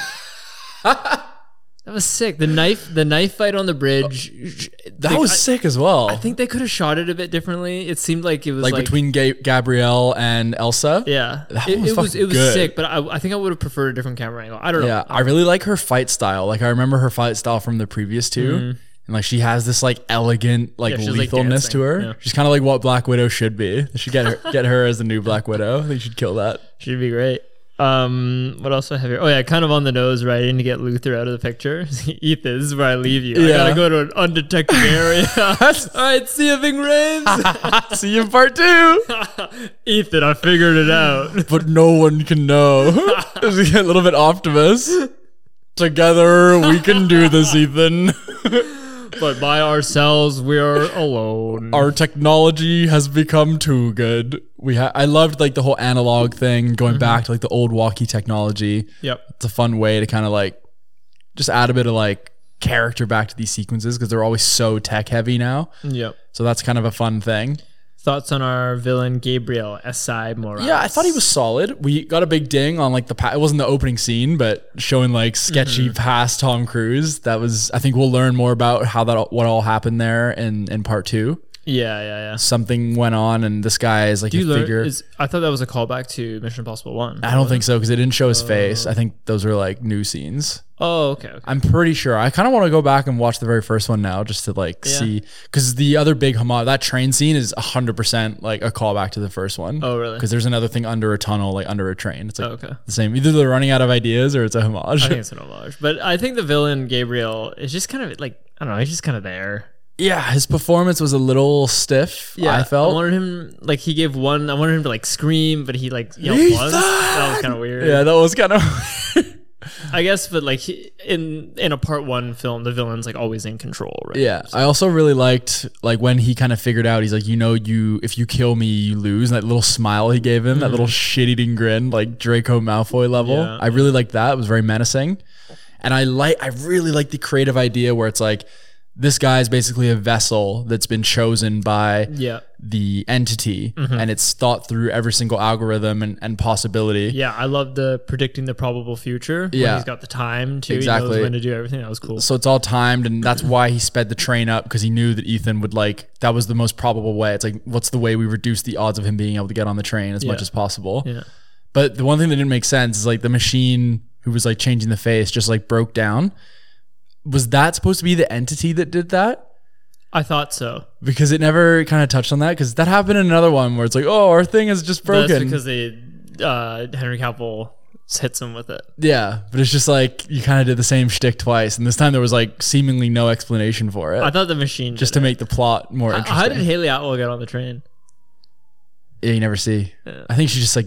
[SPEAKER 2] was sick. The knife, the knife fight on the
[SPEAKER 1] Oh.
[SPEAKER 2] bridge.
[SPEAKER 1] that
[SPEAKER 2] like,
[SPEAKER 1] was
[SPEAKER 2] I-
[SPEAKER 1] sick as well.
[SPEAKER 2] I think they could have shot it a bit differently. It seemed like it was
[SPEAKER 1] like,
[SPEAKER 2] like,
[SPEAKER 1] between Ga- Gabrielle and Elsa.
[SPEAKER 2] Yeah,
[SPEAKER 1] That
[SPEAKER 2] it,
[SPEAKER 1] one was
[SPEAKER 2] it was
[SPEAKER 1] fucking
[SPEAKER 2] it was
[SPEAKER 1] good.
[SPEAKER 2] sick, but I, I think I would have preferred a different camera angle. I don't know.
[SPEAKER 1] Yeah, I really like her fight style. Like I remember her fight style from the previous 2 And like she has this like elegant like
[SPEAKER 2] Mm-hmm. Yeah, she's, like,
[SPEAKER 1] lethalness
[SPEAKER 2] dancing.
[SPEAKER 1] to her.
[SPEAKER 2] Yeah.
[SPEAKER 1] She's kind of like what Black Widow should be. They should get her get her as the new Black Widow. They should kill that.
[SPEAKER 2] Should be great. Um, what else do I have here? Oh yeah, kind of on the nose, right? In to get Luther out of the picture. Ethan, this is where I leave you. I
[SPEAKER 1] Yeah.
[SPEAKER 2] gotta go to an undetected area. All right, see you, Big Raves.
[SPEAKER 1] See you in part two.
[SPEAKER 2] Ethan, I figured it out.
[SPEAKER 1] but no one can know. As we get a little bit optimist. Together we can do this, Ethan.
[SPEAKER 2] But by ourselves, we are alone.
[SPEAKER 1] Our technology has become too good. We ha- I loved like the whole analog thing, going back to like the old walkie technology.
[SPEAKER 2] yep.
[SPEAKER 1] It's a fun way to kind of like just add a bit of like character back to these sequences because they're always so tech heavy now.
[SPEAKER 2] Yep.
[SPEAKER 1] So that's kind of a fun thing.
[SPEAKER 2] Thoughts on our villain Gabriel Esai Morales?
[SPEAKER 1] Yeah, I thought he was solid. We got a big ding on like the pa- it wasn't the opening scene, but showing like sketchy
[SPEAKER 2] Mm-hmm.
[SPEAKER 1] past Tom Cruise. That was I think we'll learn more about how that all- what all happened there in in part two.
[SPEAKER 2] Yeah, yeah, yeah.
[SPEAKER 1] Something went on, and this guy is like
[SPEAKER 2] Do
[SPEAKER 1] a
[SPEAKER 2] you learn?
[SPEAKER 1] figure.
[SPEAKER 2] Is, I thought that was a callback to Mission Impossible One.
[SPEAKER 1] I don't think so because they didn't show his face. I think those are like new scenes.
[SPEAKER 2] Oh, okay. okay.
[SPEAKER 1] I'm pretty sure. I kind of want to go back and watch the very first one now just to like
[SPEAKER 2] Yeah.
[SPEAKER 1] see because the other big homage that train scene is 100 percent like a callback to the first one.
[SPEAKER 2] Oh, really?
[SPEAKER 1] Because there's another thing under a tunnel, like under a train. It's like
[SPEAKER 2] Oh, okay.
[SPEAKER 1] the same. Either they're running out of ideas or it's a homage.
[SPEAKER 2] I think it's an homage. But I think the villain Gabriel is just kind of like I don't know. He's just kind of there.
[SPEAKER 1] yeah, his performance was a little stiff. I
[SPEAKER 2] I
[SPEAKER 1] felt.
[SPEAKER 2] wanted him like he gave one. I wanted him to like scream, but he like yelled once. That was kind of weird.
[SPEAKER 1] yeah, that was kind of.
[SPEAKER 2] I guess. But like he, in in a part one film, the villain's like always in control, right?
[SPEAKER 1] yeah, I also really liked like when he kind of figured out. He's like, you know, you if you kill me, you lose. And that little smile he gave him, that little shit-eating grin, like Draco Malfoy level.
[SPEAKER 2] Mm-hmm. Yeah.
[SPEAKER 1] I really liked that. It was very menacing, and I like. I really like the creative idea where it's like. This guy is basically a vessel that's been chosen by
[SPEAKER 2] Yeah.
[SPEAKER 1] the entity
[SPEAKER 2] Mm-hmm.
[SPEAKER 1] and it's thought through every single algorithm and, and possibility.
[SPEAKER 2] Yeah, I love the predicting the probable future. when
[SPEAKER 1] Yeah.
[SPEAKER 2] he's got the time too. He
[SPEAKER 1] Exactly.
[SPEAKER 2] knows when to do everything. That was cool.
[SPEAKER 1] So it's all timed and that's why he sped the train up because he knew that Ethan would like that was the most probable way. It's like what's the way we reduce the odds of him being able to get on the train as much
[SPEAKER 2] Yeah.
[SPEAKER 1] as possible.
[SPEAKER 2] Yeah.
[SPEAKER 1] But the one thing that didn't make sense is like the machine who was like changing the face just like broke down. Was that supposed to be the entity that did that?
[SPEAKER 2] I thought so.
[SPEAKER 1] Because it never kind of touched on that because that happened in another one where it's like, oh, our thing is just broken.
[SPEAKER 2] But That's because they uh, Henry Cavill hits him with it.
[SPEAKER 1] Yeah, but it's just like you kind of did the same shtick twice, and this time there was like seemingly no explanation for it,
[SPEAKER 2] I thought the machine
[SPEAKER 1] just
[SPEAKER 2] did
[SPEAKER 1] to make the plot more
[SPEAKER 2] it. How
[SPEAKER 1] interesting.
[SPEAKER 2] did Haley Atwell get on the train?
[SPEAKER 1] yeah, you never see.
[SPEAKER 2] Yeah.
[SPEAKER 1] I think she just like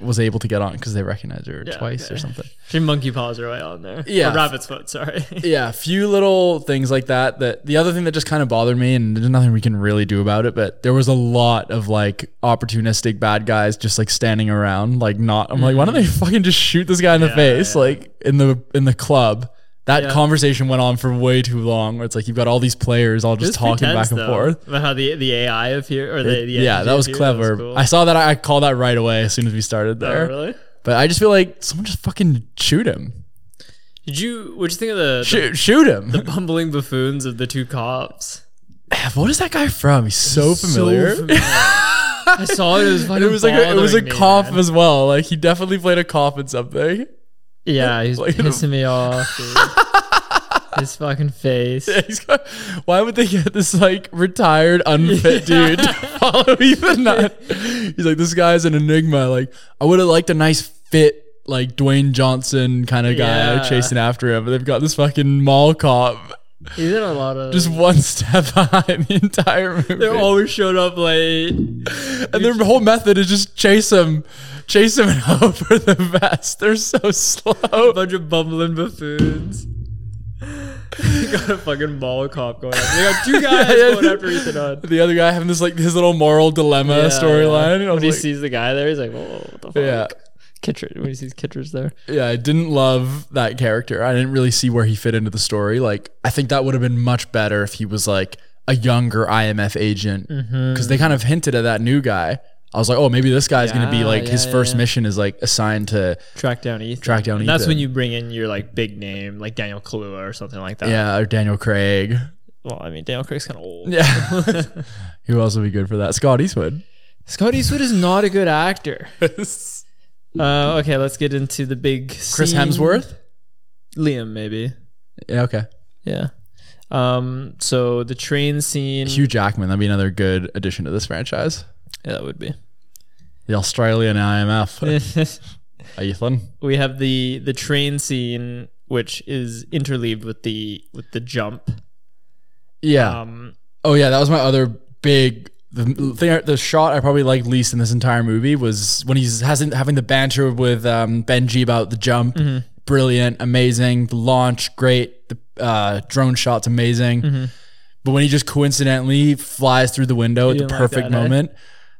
[SPEAKER 1] was able to get on because they recognized her
[SPEAKER 2] Yeah,
[SPEAKER 1] twice or
[SPEAKER 2] okay.
[SPEAKER 1] something.
[SPEAKER 2] She monkey paws her way on there.
[SPEAKER 1] Yeah.
[SPEAKER 2] Or rabbit's foot, sorry.
[SPEAKER 1] Yeah, a few little things like that. That the other thing that just kind of bothered me, and there's nothing we can really do about it, but there was a lot of like opportunistic bad guys just like standing around, like not. I'm like, why don't they fucking just shoot this guy in the face,
[SPEAKER 2] Mm. yeah.
[SPEAKER 1] like in the in the club? That
[SPEAKER 2] Yeah.
[SPEAKER 1] conversation went on for way too long. Where it's like you've got all these players all just
[SPEAKER 2] It's pretty
[SPEAKER 1] talking
[SPEAKER 2] tense,
[SPEAKER 1] back and
[SPEAKER 2] though,
[SPEAKER 1] forth.
[SPEAKER 2] About how the, the AI appeared, or the, the
[SPEAKER 1] yeah,
[SPEAKER 2] energy
[SPEAKER 1] that was
[SPEAKER 2] appeared.
[SPEAKER 1] clever.
[SPEAKER 2] cool.
[SPEAKER 1] I saw that. I I called that right away as soon as we started
[SPEAKER 2] Oh,
[SPEAKER 1] there.
[SPEAKER 2] really?
[SPEAKER 1] But I just feel like someone just fucking shoot him.
[SPEAKER 2] Did you, what'd you think of the, the
[SPEAKER 1] Shoot, shoot him.
[SPEAKER 2] bumbling buffoons of the two cops?
[SPEAKER 1] what is that guy from? He's so familiar.
[SPEAKER 2] So familiar. I saw it. It was fucking
[SPEAKER 1] it was like a, it was a
[SPEAKER 2] bothering me,
[SPEAKER 1] cough
[SPEAKER 2] man.
[SPEAKER 1] as well. Like he definitely played a cough in something.
[SPEAKER 2] Yeah, he's
[SPEAKER 1] Like-
[SPEAKER 2] pissing me off. dude. His fucking face.
[SPEAKER 1] He's got- why would they get this like retired unfit dude to follow Ethan? Hunt? He's like this guy's an enigma. Like I would have liked a nice fit like Dwayne Johnson kind of guy
[SPEAKER 2] Yeah.
[SPEAKER 1] chasing after him, but they've got this fucking mall cop
[SPEAKER 2] He's in a lot of.
[SPEAKER 1] just one step behind the entire movie.
[SPEAKER 2] they always showed up late.
[SPEAKER 1] and their whole method is just chase him, chase him and hope for the best. They're so
[SPEAKER 2] A
[SPEAKER 1] slow.
[SPEAKER 2] bunch of bumbling buffoons. they got a fucking mall cop going after. They got two guys
[SPEAKER 1] Yeah, yeah.
[SPEAKER 2] going after Ethan Hunt.
[SPEAKER 1] The other guy having this like his little moral dilemma
[SPEAKER 2] Yeah,
[SPEAKER 1] storyline.
[SPEAKER 2] yeah.
[SPEAKER 1] I was
[SPEAKER 2] When he
[SPEAKER 1] like,
[SPEAKER 2] sees the guy there, he's like, "Whoa, what the fuck?"
[SPEAKER 1] Yeah.
[SPEAKER 2] Kittredge. When he sees Kittredge there,
[SPEAKER 1] Yeah, I didn't love that character. I didn't really see where he fit into the story. Like, I think that would have been much better if he was like a younger IMF agent because
[SPEAKER 2] Mm-hmm.
[SPEAKER 1] they kind of hinted at that new guy. I was like, oh, maybe this guy's going to be
[SPEAKER 2] Yeah,
[SPEAKER 1] like his
[SPEAKER 2] yeah,
[SPEAKER 1] first
[SPEAKER 2] yeah.
[SPEAKER 1] mission is like assigned to
[SPEAKER 2] track down Ethan.
[SPEAKER 1] track down.
[SPEAKER 2] And that's
[SPEAKER 1] Ethan.
[SPEAKER 2] when you bring in your like big name, like Daniel Kaluuya or something like that.
[SPEAKER 1] yeah, or Daniel Craig.
[SPEAKER 2] Well, I mean, Daniel Craig's kind of old.
[SPEAKER 1] Yeah, who else would be good for that? Scott Eastwood.
[SPEAKER 2] Scott Eastwood is not a good actor. Uh, okay, let's get into the big.
[SPEAKER 1] Chris
[SPEAKER 2] scene.
[SPEAKER 1] Hemsworth.
[SPEAKER 2] Liam, maybe.
[SPEAKER 1] Yeah, okay.
[SPEAKER 2] Yeah. Um. So the train scene.
[SPEAKER 1] Hugh Jackman. That'd be another good addition to this franchise.
[SPEAKER 2] Yeah, that would be.
[SPEAKER 1] The Australian IMF. Ethan.
[SPEAKER 2] we have the the train scene, which is interleaved with the with the jump.
[SPEAKER 1] Yeah.
[SPEAKER 2] Um.
[SPEAKER 1] Oh yeah, that was my other big the thing. The shot I probably liked least in this entire movie was when he's hasn't having the banter with um, Benji about the jump.
[SPEAKER 2] Mm-hmm.
[SPEAKER 1] Brilliant, amazing. The launch, great. The uh, drone shot's amazing.
[SPEAKER 2] Mm-hmm.
[SPEAKER 1] But when he just coincidentally flies through the window at the
[SPEAKER 2] didn't like
[SPEAKER 1] perfect
[SPEAKER 2] that, eh?
[SPEAKER 1] moment.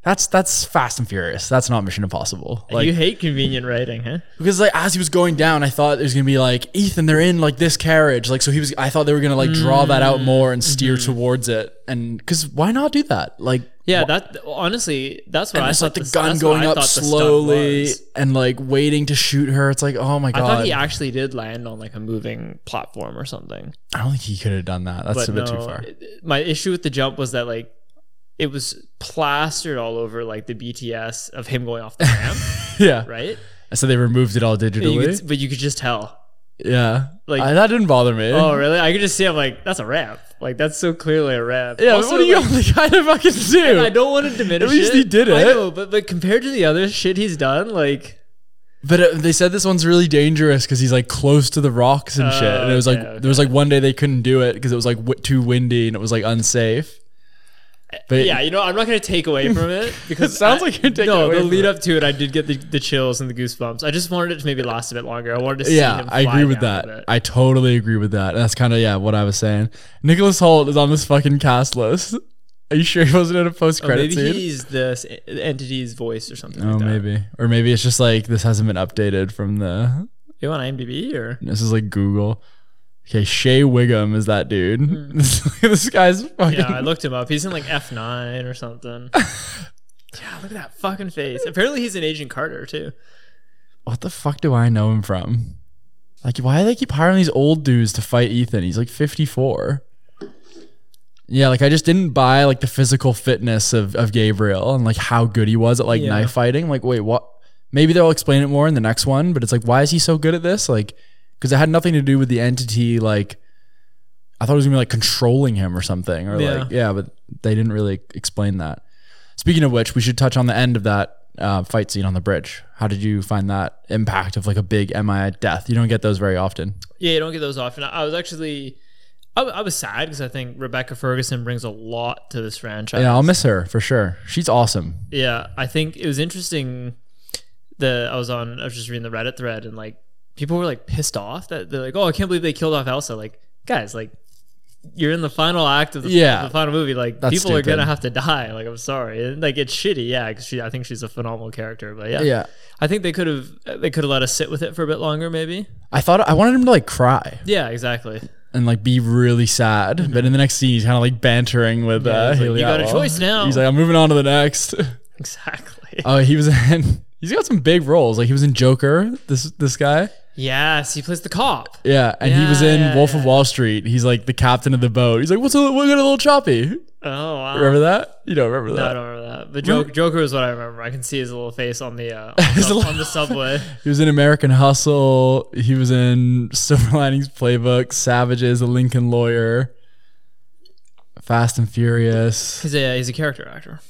[SPEAKER 1] That's that's Fast and Furious. That's not Mission Impossible. Like
[SPEAKER 2] you hate convenient writing, huh?
[SPEAKER 1] because like as he was going down, I thought it was gonna be like Ethan. They're in like this carriage. Like so he was. I thought they were gonna like draw that out more and steer
[SPEAKER 2] Mm-hmm.
[SPEAKER 1] towards it. And because why not do that? Like
[SPEAKER 2] Yeah. That honestly, that's what I
[SPEAKER 1] it's
[SPEAKER 2] thought.
[SPEAKER 1] like the
[SPEAKER 2] this-
[SPEAKER 1] gun
[SPEAKER 2] that's what
[SPEAKER 1] going
[SPEAKER 2] I
[SPEAKER 1] up
[SPEAKER 2] thought the stunt
[SPEAKER 1] slowly
[SPEAKER 2] was.
[SPEAKER 1] and like waiting to shoot her. It's like oh my
[SPEAKER 2] I
[SPEAKER 1] god. I,
[SPEAKER 2] thought he actually did land on like a moving platform or something.
[SPEAKER 1] don't think he could have done that. That's
[SPEAKER 2] but
[SPEAKER 1] a bit
[SPEAKER 2] no,
[SPEAKER 1] too far.
[SPEAKER 2] it- My issue with the jump was that like it was plastered all over like the BTS of him going off the ramp,
[SPEAKER 1] yeah.
[SPEAKER 2] right?
[SPEAKER 1] So they removed it all
[SPEAKER 2] But you,
[SPEAKER 1] digitally.
[SPEAKER 2] could, but you could just tell.
[SPEAKER 1] yeah.
[SPEAKER 2] like-
[SPEAKER 1] Like that didn't bother me.
[SPEAKER 2] Oh, really? I could just see. I'm like, that's a ramp. Like that's so clearly a ramp.
[SPEAKER 1] yeah.
[SPEAKER 2] Also,
[SPEAKER 1] what are you
[SPEAKER 2] like,
[SPEAKER 1] like, kind of fucking do?
[SPEAKER 2] I don't want to diminish.
[SPEAKER 1] least
[SPEAKER 2] it.
[SPEAKER 1] he did
[SPEAKER 2] I
[SPEAKER 1] it.
[SPEAKER 2] know, but but compared to the other shit he's done, like
[SPEAKER 1] But uh they said this one's really dangerous because he's like close to the rocks and shit. And it was like
[SPEAKER 2] Oh, okay,
[SPEAKER 1] there was like one day they couldn't do it because it was like w- too windy and it was like unsafe. But
[SPEAKER 2] yeah, you know, I'm not gonna take away from it because
[SPEAKER 1] It sounds
[SPEAKER 2] I-
[SPEAKER 1] like you're taking
[SPEAKER 2] no,
[SPEAKER 1] away
[SPEAKER 2] the
[SPEAKER 1] from
[SPEAKER 2] lead
[SPEAKER 1] it.
[SPEAKER 2] up to it, I did get the, the chills and the goosebumps. I just wanted it to maybe last a bit longer. I wanted to see
[SPEAKER 1] yeah,
[SPEAKER 2] him
[SPEAKER 1] I
[SPEAKER 2] fly
[SPEAKER 1] agree with
[SPEAKER 2] down
[SPEAKER 1] that.
[SPEAKER 2] a bit.
[SPEAKER 1] I totally agree with that. That's kind of yeah what I was saying. Nicholas Holt is on this fucking cast list. Are you sure he wasn't in a post
[SPEAKER 2] Or
[SPEAKER 1] credit
[SPEAKER 2] Oh, maybe
[SPEAKER 1] scene?
[SPEAKER 2] he's the s- entity's voice or something.
[SPEAKER 1] oh,
[SPEAKER 2] like that.
[SPEAKER 1] maybe, or maybe it's just like this hasn't been updated from the.
[SPEAKER 2] You on IMDb or
[SPEAKER 1] This is like Google. Okay, Shea Wiggum is that dude. this guy's fucking.
[SPEAKER 2] Mm-hmm. yeah, I looked him up. He's in like F9 or something. yeah, look at that fucking face. Apparently, he's an Agent Carter too.
[SPEAKER 1] what the fuck do I know him from? Like, why do they keep hiring these old dudes to fight Ethan? He's like 54. Yeah, like I just didn't buy like the physical fitness of, of Gabriel and like how good he was at like
[SPEAKER 2] Yeah.
[SPEAKER 1] knife fighting. Like, wait, what? Maybe they'll explain it more in the next one, but it's like, why is he so good at this? Like, because it had nothing to do with the entity. Like, I thought it was gonna be like controlling him or something, or like, yeah, but they didn't really explain that. Speaking of which, we should touch on the end of that uh, fight scene on the bridge. How did you find that impact of like a big MI death? You don't get those very often.
[SPEAKER 2] Yeah, you don't get those often. I I was actually, I, I was sad because I think Rebecca Ferguson brings a lot to this franchise.
[SPEAKER 1] Yeah, I'll miss her for sure. She's awesome.
[SPEAKER 2] Yeah, I think it was interesting. The I was on, I was just reading the Reddit thread, and like people were like pissed off that they're like, "Oh, I can't believe they killed off Elsa." Like, guys, like you're in the final act of the,
[SPEAKER 1] Yeah.
[SPEAKER 2] the final movie. Like,
[SPEAKER 1] That's
[SPEAKER 2] people
[SPEAKER 1] stupid.
[SPEAKER 2] are gonna have to die. Like, I'm sorry. And, like, it's shitty. Yeah, because she, I think she's a phenomenal character. But yeah,
[SPEAKER 1] Yeah,
[SPEAKER 2] I think they could have, they could have let us sit with it for a bit longer, maybe.
[SPEAKER 1] I thought I wanted him to like cry
[SPEAKER 2] Yeah, exactly.
[SPEAKER 1] and like be really sad, but in the next scene he's kind of like bantering with uh,
[SPEAKER 2] Mm-hmm. he's like,
[SPEAKER 1] Haley
[SPEAKER 2] "You got a
[SPEAKER 1] Atwell."
[SPEAKER 2] choice now.
[SPEAKER 1] He's like, I'm moving on to the next.
[SPEAKER 2] Exactly.
[SPEAKER 1] Oh, he was in. He's got some big roles. Like he was in Joker. This this guy.
[SPEAKER 2] yes, he plays the cop.
[SPEAKER 1] Yeah, and he was
[SPEAKER 2] Yeah,
[SPEAKER 1] in
[SPEAKER 2] yeah,
[SPEAKER 1] Wolf
[SPEAKER 2] yeah.
[SPEAKER 1] of Wall Street. He's like the captain of the boat. He's like, "What's a, what got a little choppy?"
[SPEAKER 2] Oh wow.
[SPEAKER 1] Remember that? You don't remember
[SPEAKER 2] No, I
[SPEAKER 1] that?
[SPEAKER 2] don't remember that. But Joker, Joker is what I remember. I can see his little face on the uh, on,
[SPEAKER 1] His
[SPEAKER 2] the,
[SPEAKER 1] little-
[SPEAKER 2] on the subway.
[SPEAKER 1] He was in American Hustle. He was in Silver Linings Playbook, Savages, The Lincoln Lawyer, Fast and Furious.
[SPEAKER 2] He's a he's a character actor.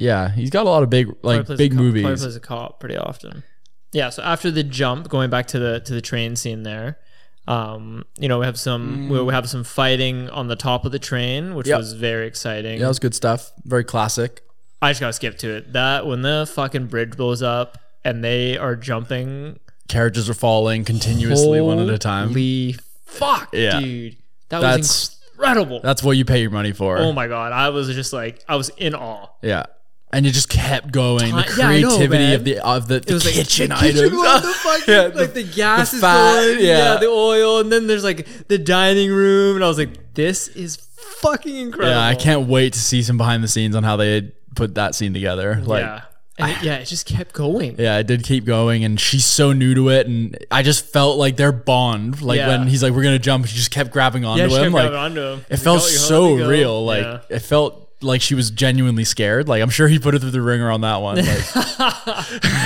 [SPEAKER 1] Yeah, he's got a lot of big
[SPEAKER 2] Probably
[SPEAKER 1] like
[SPEAKER 2] plays a
[SPEAKER 1] big
[SPEAKER 2] cop- Probably
[SPEAKER 1] movies.
[SPEAKER 2] plays a cop pretty often. yeah, so after the jump, going back to the to the train scene there, um, you know, we have some we have some fighting on the top of the train, which
[SPEAKER 1] Yep.
[SPEAKER 2] was very exciting.
[SPEAKER 1] Yeah, that was good stuff. Very classic.
[SPEAKER 2] I just gotta skip to it. That when the fucking bridge blows up and they are jumping
[SPEAKER 1] Carriages are falling continuously one at a time.
[SPEAKER 2] Holy fuck,
[SPEAKER 1] Yeah.
[SPEAKER 2] dude. That was
[SPEAKER 1] That's-
[SPEAKER 2] incredible.
[SPEAKER 1] That's what you pay your money for.
[SPEAKER 2] oh my god, I was just like I was in awe.
[SPEAKER 1] Yeah. And it just kept going. The
[SPEAKER 2] Ti- yeah, I know,
[SPEAKER 1] creativity
[SPEAKER 2] man.
[SPEAKER 1] of the of the, the
[SPEAKER 2] It was like
[SPEAKER 1] kitchen
[SPEAKER 2] the
[SPEAKER 1] items.
[SPEAKER 2] kitchen one, the fucking,
[SPEAKER 1] Yeah,
[SPEAKER 2] like the, gas
[SPEAKER 1] the
[SPEAKER 2] is
[SPEAKER 1] fat,
[SPEAKER 2] going, yeah.
[SPEAKER 1] yeah.
[SPEAKER 2] the oil, and then there's like the dining room, and I was like, this is fucking incredible.
[SPEAKER 1] yeah, I can't wait to see some behind the scenes on how they put that scene together. Like
[SPEAKER 2] yeah, and it, yeah, it just kept going.
[SPEAKER 1] Yeah, it did keep going, and she's so new to it, and I just felt like their bond. Like
[SPEAKER 2] Yeah.
[SPEAKER 1] when he's like, "We're gonna jump," she just kept grabbing onto
[SPEAKER 2] Yeah, she
[SPEAKER 1] him.
[SPEAKER 2] kept
[SPEAKER 1] Like
[SPEAKER 2] grabbing onto him.
[SPEAKER 1] it felt so real. Like
[SPEAKER 2] yeah.
[SPEAKER 1] it felt like she was genuinely scared. Like I'm sure he put her through the ringer on that one. Like,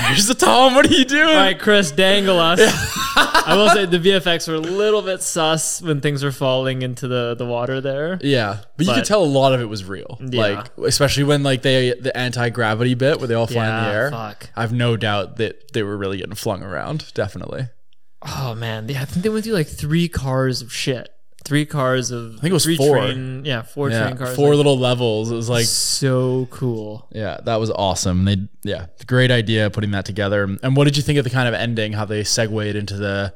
[SPEAKER 1] here's the Tom. What are you doing?
[SPEAKER 2] all right, Chris, dangle us. I will say the VFX were a little bit sus when things were falling into the the water there.
[SPEAKER 1] Yeah, but, you
[SPEAKER 2] But-
[SPEAKER 1] could tell a lot of it was real.
[SPEAKER 2] Yeah.
[SPEAKER 1] Like especially when like they the anti gravity bit where they all fly in
[SPEAKER 2] Yeah,
[SPEAKER 1] the air.
[SPEAKER 2] fuck.
[SPEAKER 1] I've no doubt that they were really getting flung around. Definitely.
[SPEAKER 2] Oh man, yeah, I think they went through like three cars of shit. Three cars of I think
[SPEAKER 1] it was
[SPEAKER 2] three
[SPEAKER 1] four.
[SPEAKER 2] Train, yeah, four
[SPEAKER 1] Yeah.
[SPEAKER 2] train cars.
[SPEAKER 1] Four
[SPEAKER 2] like,
[SPEAKER 1] little levels. It was like
[SPEAKER 2] so cool.
[SPEAKER 1] Yeah, that was awesome. They yeah, great idea putting that together. And what did you think of the kind of ending? How they segued into the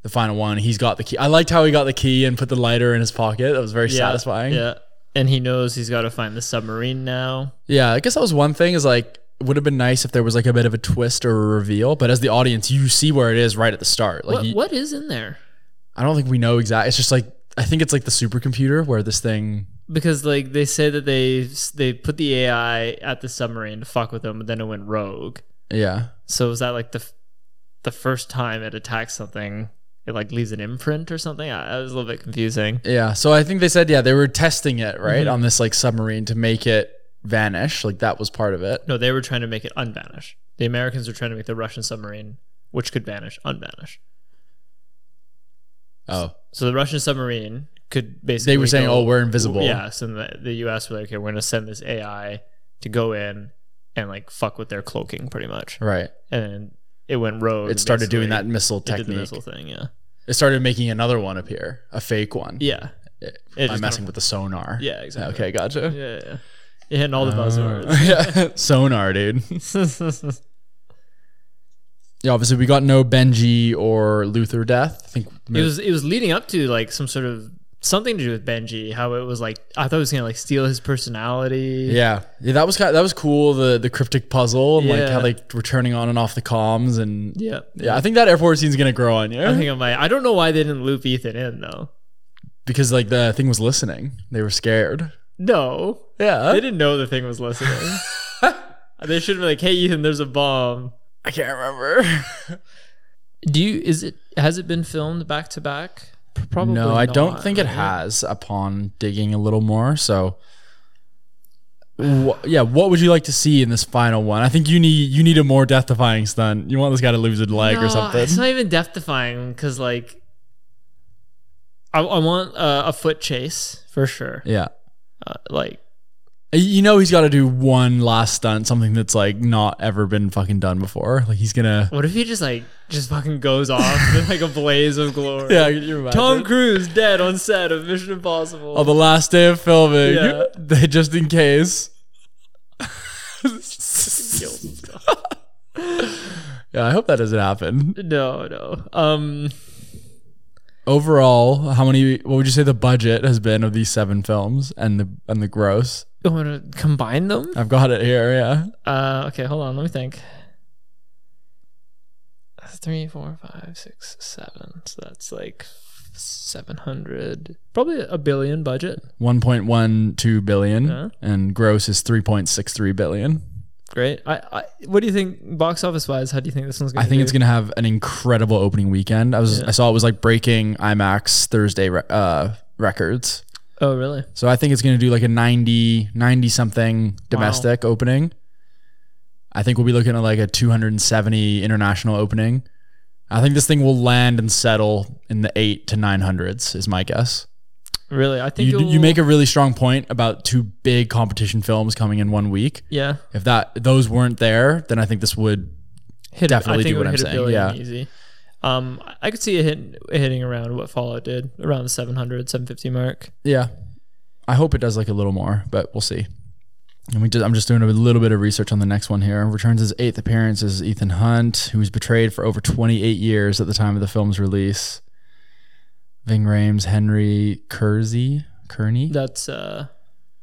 [SPEAKER 1] the final one. He's got the key. I liked how he got the key and put the lighter in his pocket. That was very satisfying.
[SPEAKER 2] Yeah. And he knows he's got to find the submarine now.
[SPEAKER 1] Yeah, I guess that was one thing. Is like it would have been nice if there was like a bit of a twist or a reveal. But as the audience, you see where it is right at the start. Like
[SPEAKER 2] What,
[SPEAKER 1] you-
[SPEAKER 2] what is in there?
[SPEAKER 1] I don't think we know exactly. It's just like I think it's like the supercomputer where this thing.
[SPEAKER 2] Because like they say that they they put the AI at the submarine to fuck with them, but then it went rogue.
[SPEAKER 1] Yeah.
[SPEAKER 2] So was that like the f- the first time it attacks something? It like leaves an imprint or something. I, I was a little bit confusing.
[SPEAKER 1] Yeah. So I think they said, yeah, they were testing it,
[SPEAKER 2] Mm-hmm.
[SPEAKER 1] right? On this like submarine to make it vanish. Like that was part of it.
[SPEAKER 2] No, they were trying to make it unvanish. The Americans were trying to make the Russian submarine, which could vanish, unvanish.
[SPEAKER 1] Oh.
[SPEAKER 2] So the Russian submarine could basically.
[SPEAKER 1] They were saying,
[SPEAKER 2] go-
[SPEAKER 1] oh, we're invisible.
[SPEAKER 2] Yeah. So the, the U.S. were like, okay, we're gonna send this AI to go in and like fuck with their cloaking, pretty much.
[SPEAKER 1] Right.
[SPEAKER 2] And then it went rogue.
[SPEAKER 1] It started doing that
[SPEAKER 2] basically.
[SPEAKER 1] missile
[SPEAKER 2] It did the
[SPEAKER 1] technique.
[SPEAKER 2] missile thing. Yeah.
[SPEAKER 1] It started making another one appear, a fake one.
[SPEAKER 2] Yeah.
[SPEAKER 1] It-
[SPEAKER 2] It
[SPEAKER 1] I'm
[SPEAKER 2] just
[SPEAKER 1] messing
[SPEAKER 2] kinda-
[SPEAKER 1] with the sonar.
[SPEAKER 2] Yeah. Exactly.
[SPEAKER 1] Okay, gotcha.
[SPEAKER 2] Yeah. yeah. It hitting all the
[SPEAKER 1] Uh, yeah. sonar, dude.
[SPEAKER 2] buzzwords.
[SPEAKER 1] Yeah, obviously we got no Benji or Luther death. I think
[SPEAKER 2] It was it was leading up to like some sort of something to do with Benji. How it was like I thought it was gonna like steal his personality.
[SPEAKER 1] yeah. yeah, that was kind that was cool. The the cryptic puzzle, and like
[SPEAKER 2] Yeah.
[SPEAKER 1] how they were turning on and off the comms, and
[SPEAKER 2] Yeah.
[SPEAKER 1] yeah, I think that airport scene's gonna grow on you
[SPEAKER 2] I think I might. I don't know why they didn't loop Ethan in though.
[SPEAKER 1] because like the thing was listening. They were scared.
[SPEAKER 2] No,
[SPEAKER 1] Yeah,
[SPEAKER 2] they didn't know the thing was listening. they should have been like, "Hey, Ethan, there's a bomb."
[SPEAKER 1] I can't remember.
[SPEAKER 2] Do you? Is it? Has it been filmed back to back? P- Probably.
[SPEAKER 1] No, I don't
[SPEAKER 2] not,
[SPEAKER 1] think it
[SPEAKER 2] right?
[SPEAKER 1] has. Upon digging a little more, so Wh- yeah, what would you like to see in this final one? I think you need you need a more death-defying stunt. You want this guy to lose a leg
[SPEAKER 2] No,
[SPEAKER 1] or something.
[SPEAKER 2] It's not even death defying because like, I, I want uh, a foot chase for sure.
[SPEAKER 1] yeah,
[SPEAKER 2] Uh, like,
[SPEAKER 1] you know he's got to do one last stunt, something that's like not ever been fucking done before. Like he's gonna
[SPEAKER 2] What if he just like just fucking goes off in like a blaze of glory?
[SPEAKER 1] yeah. You're right.
[SPEAKER 2] Tom Cruise dead on set of Mission Impossible.
[SPEAKER 1] on the last day of filming,
[SPEAKER 2] Yeah.
[SPEAKER 1] they just in case. yeah, I hope that doesn't happen.
[SPEAKER 2] no, no. Um,
[SPEAKER 1] overall, how many? What would you say the budget has been of these seven films and the and the gross?
[SPEAKER 2] you want to combine them?
[SPEAKER 1] I've got it here. Yeah,
[SPEAKER 2] Uh, okay, hold on. Let me think. Three, four, five, six, seven. So that's like seven hundred, probably a billion budget.
[SPEAKER 1] one point one two billion,
[SPEAKER 2] Yeah.
[SPEAKER 1] and gross is three point six three billion.
[SPEAKER 2] Great. I, I, what do you think, box office wise? How do you think this one's gonna?
[SPEAKER 1] I think
[SPEAKER 2] do?
[SPEAKER 1] it's gonna have an incredible opening weekend. I was I saw it was like breaking IMAX Thursday re- uh, records.
[SPEAKER 2] Oh, really?
[SPEAKER 1] So I think it's gonna do like a 90, 90 something domestic opening. I think we'll be looking at like a two hundred and seventy international opening. I think this thing will land and settle in the eight to nine hundreds is my guess.
[SPEAKER 2] Really? I think
[SPEAKER 1] you,
[SPEAKER 2] it'll-
[SPEAKER 1] you make a really strong point about two big competition films coming in one week.
[SPEAKER 2] Yeah.
[SPEAKER 1] If that those weren't there, then I think this would
[SPEAKER 2] hit,
[SPEAKER 1] Definitely
[SPEAKER 2] I
[SPEAKER 1] do
[SPEAKER 2] think it
[SPEAKER 1] what
[SPEAKER 2] would
[SPEAKER 1] I'm
[SPEAKER 2] hit
[SPEAKER 1] saying,
[SPEAKER 2] A
[SPEAKER 1] yeah.
[SPEAKER 2] billion easy. Um, I- I could see it hitting, hitting around what Fallout did, around the 700, 750 mark.
[SPEAKER 1] Yeah. I hope it does like a little more, but we'll see. And we just, I'm just doing a little bit of research on the next one here. Returns his eighth appearance as Ethan Hunt, who was betrayed for over 28 years at the time of the film's release. Ving Rhames, Henry Kersey, Kearney,
[SPEAKER 2] That's uh,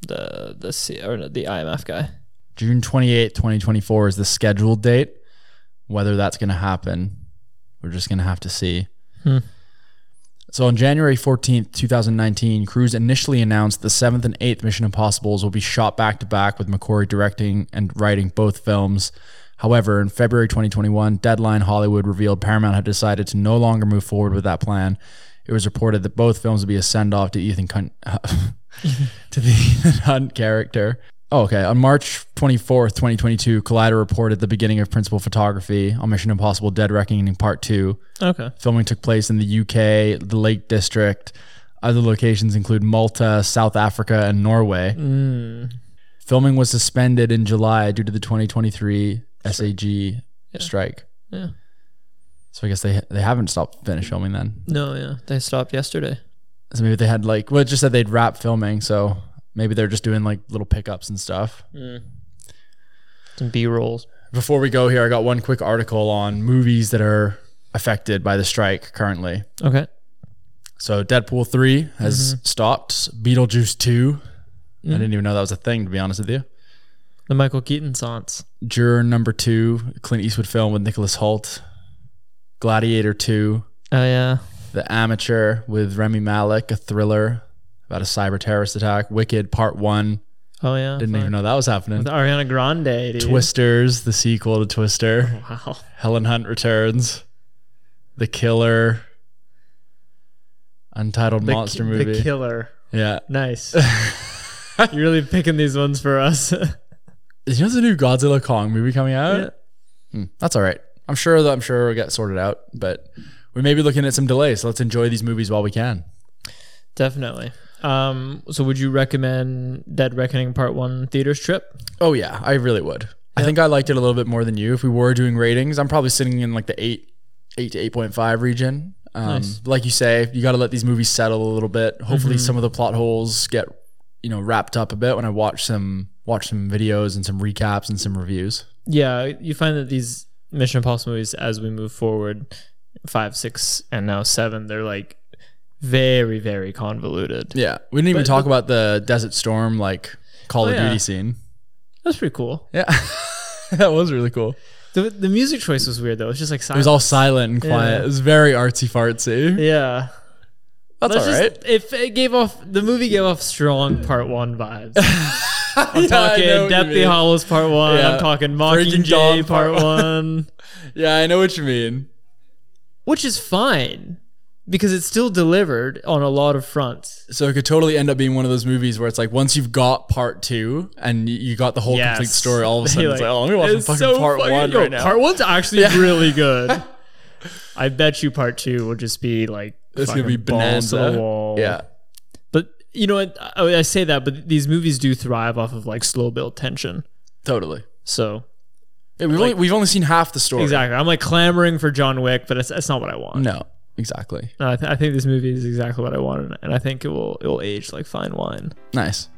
[SPEAKER 2] the the C, or no, the IMF guy.
[SPEAKER 1] June 28, 2024 is the scheduled date. Whether that's going to happen, we're just going to have to see.
[SPEAKER 2] Hmm.
[SPEAKER 1] So on January 14th, 2019, Cruz initially announced the 7th and 8th Mission Impossibles will be shot back to back with McCory directing and writing both films. However, in February 2021, Deadline Hollywood revealed Paramount had decided to no longer move forward with that plan. It was reported that both films would be a send off to Ethan Cunt, to the Ethan Hunt character. Oh, okay. On March 24th, 2022, Collider reported the beginning of principal photography on Mission Impossible Dead Reckoning Part 2.
[SPEAKER 2] Okay.
[SPEAKER 1] Filming took place in the UK, the Lake District. Other locations include Malta, South Africa, and Norway.
[SPEAKER 2] Mm.
[SPEAKER 1] Filming was suspended in July due to the 2023 SAG strike.
[SPEAKER 2] Yeah.
[SPEAKER 1] So I guess they they haven't stopped finished filming then.
[SPEAKER 2] No, yeah, they stopped yesterday.
[SPEAKER 1] So maybe they had like well, it just said they'd wrap filming, so maybe they're just doing like little pickups and stuff.
[SPEAKER 2] Some B rolls.
[SPEAKER 1] Before we go here, I got one quick article on movies that are affected by the strike currently.
[SPEAKER 2] Okay.
[SPEAKER 1] So Deadpool 3 has stopped. Beetlejuice 2. I didn't even know that was a thing, to be honest with you.
[SPEAKER 2] The Michael Keaton songs.
[SPEAKER 1] Juror number 2, Clint Eastwood film with Nicholas Holt. Gladiator 2,
[SPEAKER 2] Oh yeah.
[SPEAKER 1] The Amateur with Remy Malik, a thriller about a cyber terrorist attack. Wicked Part 1.
[SPEAKER 2] Oh yeah.
[SPEAKER 1] Didn't
[SPEAKER 2] fuck.
[SPEAKER 1] even know that was happening.
[SPEAKER 2] With Ariana Grande. Dude.
[SPEAKER 1] Twisters, the sequel to Twister.
[SPEAKER 2] Wow.
[SPEAKER 1] Helen Hunt returns. The Killer. Untitled
[SPEAKER 2] The
[SPEAKER 1] monster
[SPEAKER 2] ki-
[SPEAKER 1] movie.
[SPEAKER 2] The killer.
[SPEAKER 1] yeah.
[SPEAKER 2] Nice. You're really picking these ones for us.
[SPEAKER 1] Is you know there's a new Godzilla Kong movie coming out?
[SPEAKER 2] Yeah.
[SPEAKER 1] Hmm, that's all right. I'm sure that I'm sure it'll get sorted out, but we may be looking at some delays. So let's enjoy these movies while we can.
[SPEAKER 2] Definitely. Um, so would you recommend Dead Reckoning Part One theaters trip?
[SPEAKER 1] Oh yeah, I really would. I think I liked it a little bit more than you. If we were doing ratings, I'm probably sitting in like the eight, eight to eight point five region. Um,
[SPEAKER 2] Nice.
[SPEAKER 1] Like you say, you got to let these movies settle a little bit. Hopefully, some of the plot holes get you know wrapped up a bit when I watch some watch some videos and some recaps and some reviews.
[SPEAKER 2] Yeah, you find that these Mission Impossible movies, as we move forward, five, six, and now seven, they're like very, very convoluted.
[SPEAKER 1] Yeah, we didn't even
[SPEAKER 2] But-
[SPEAKER 1] talk about the Desert Storm like Call
[SPEAKER 2] Oh,
[SPEAKER 1] of
[SPEAKER 2] yeah.
[SPEAKER 1] Duty scene.
[SPEAKER 2] That's pretty cool.
[SPEAKER 1] Yeah. That was really cool.
[SPEAKER 2] The, the music choice was weird though. It's just like silent.
[SPEAKER 1] It was all silent and quiet.
[SPEAKER 2] Yeah.
[SPEAKER 1] It was very artsy fartsy.
[SPEAKER 2] yeah.
[SPEAKER 1] That's all
[SPEAKER 2] Let's just-
[SPEAKER 1] right.
[SPEAKER 2] If it gave off the movie gave off strong part one vibes. I'm
[SPEAKER 1] Yeah, I
[SPEAKER 2] talking
[SPEAKER 1] know what you
[SPEAKER 2] Deathly
[SPEAKER 1] mean.
[SPEAKER 2] Hollows part one.
[SPEAKER 1] Yeah.
[SPEAKER 2] I'm talking
[SPEAKER 1] Breaking
[SPEAKER 2] Mockingjay
[SPEAKER 1] Dawn
[SPEAKER 2] part,
[SPEAKER 1] Part
[SPEAKER 2] one,
[SPEAKER 1] Yeah, I know what you mean.
[SPEAKER 2] which is fine because it's still delivered on a lot of fronts.
[SPEAKER 1] So it could totally end up being one of those movies where it's like once you've got part two and y- you got the whole
[SPEAKER 2] Yes.
[SPEAKER 1] complete story, all of a
[SPEAKER 2] They,
[SPEAKER 1] sudden it's
[SPEAKER 2] like,
[SPEAKER 1] like, oh, let me watch
[SPEAKER 2] it's
[SPEAKER 1] fucking
[SPEAKER 2] so
[SPEAKER 1] part
[SPEAKER 2] fucking-
[SPEAKER 1] one
[SPEAKER 2] yo,
[SPEAKER 1] right now.
[SPEAKER 2] Part one's actually really good. I bet you part two will just be like
[SPEAKER 1] It's gonna
[SPEAKER 2] fucking
[SPEAKER 1] be
[SPEAKER 2] balls to the
[SPEAKER 1] bonanza.
[SPEAKER 2] wall.
[SPEAKER 1] yeah.
[SPEAKER 2] but you know what? I, I say that, but these movies do thrive off of like slow build tension.
[SPEAKER 1] Totally.
[SPEAKER 2] So
[SPEAKER 1] Yeah, we've, only, we've only seen half the story.
[SPEAKER 2] exactly, I'm like clamoring for John Wick, but that's, that's not what I want.
[SPEAKER 1] No, exactly.
[SPEAKER 2] No, I, th- I think this movie is exactly what I wanted, and I think it will it will age like fine wine.
[SPEAKER 1] Nice.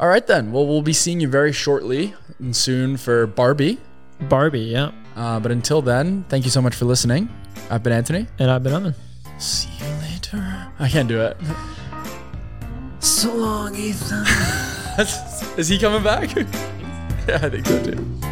[SPEAKER 1] All right, then. Well, we'll be seeing you very shortly and soon for Barbie.
[SPEAKER 2] Barbie, yeah,
[SPEAKER 1] Uh, but until then, thank you so much for listening. I've been Anthony.
[SPEAKER 2] and I've been umming.
[SPEAKER 1] See you later. I can't do it.
[SPEAKER 2] So long, Ethan.
[SPEAKER 1] Is he coming back? yeah, I think so too.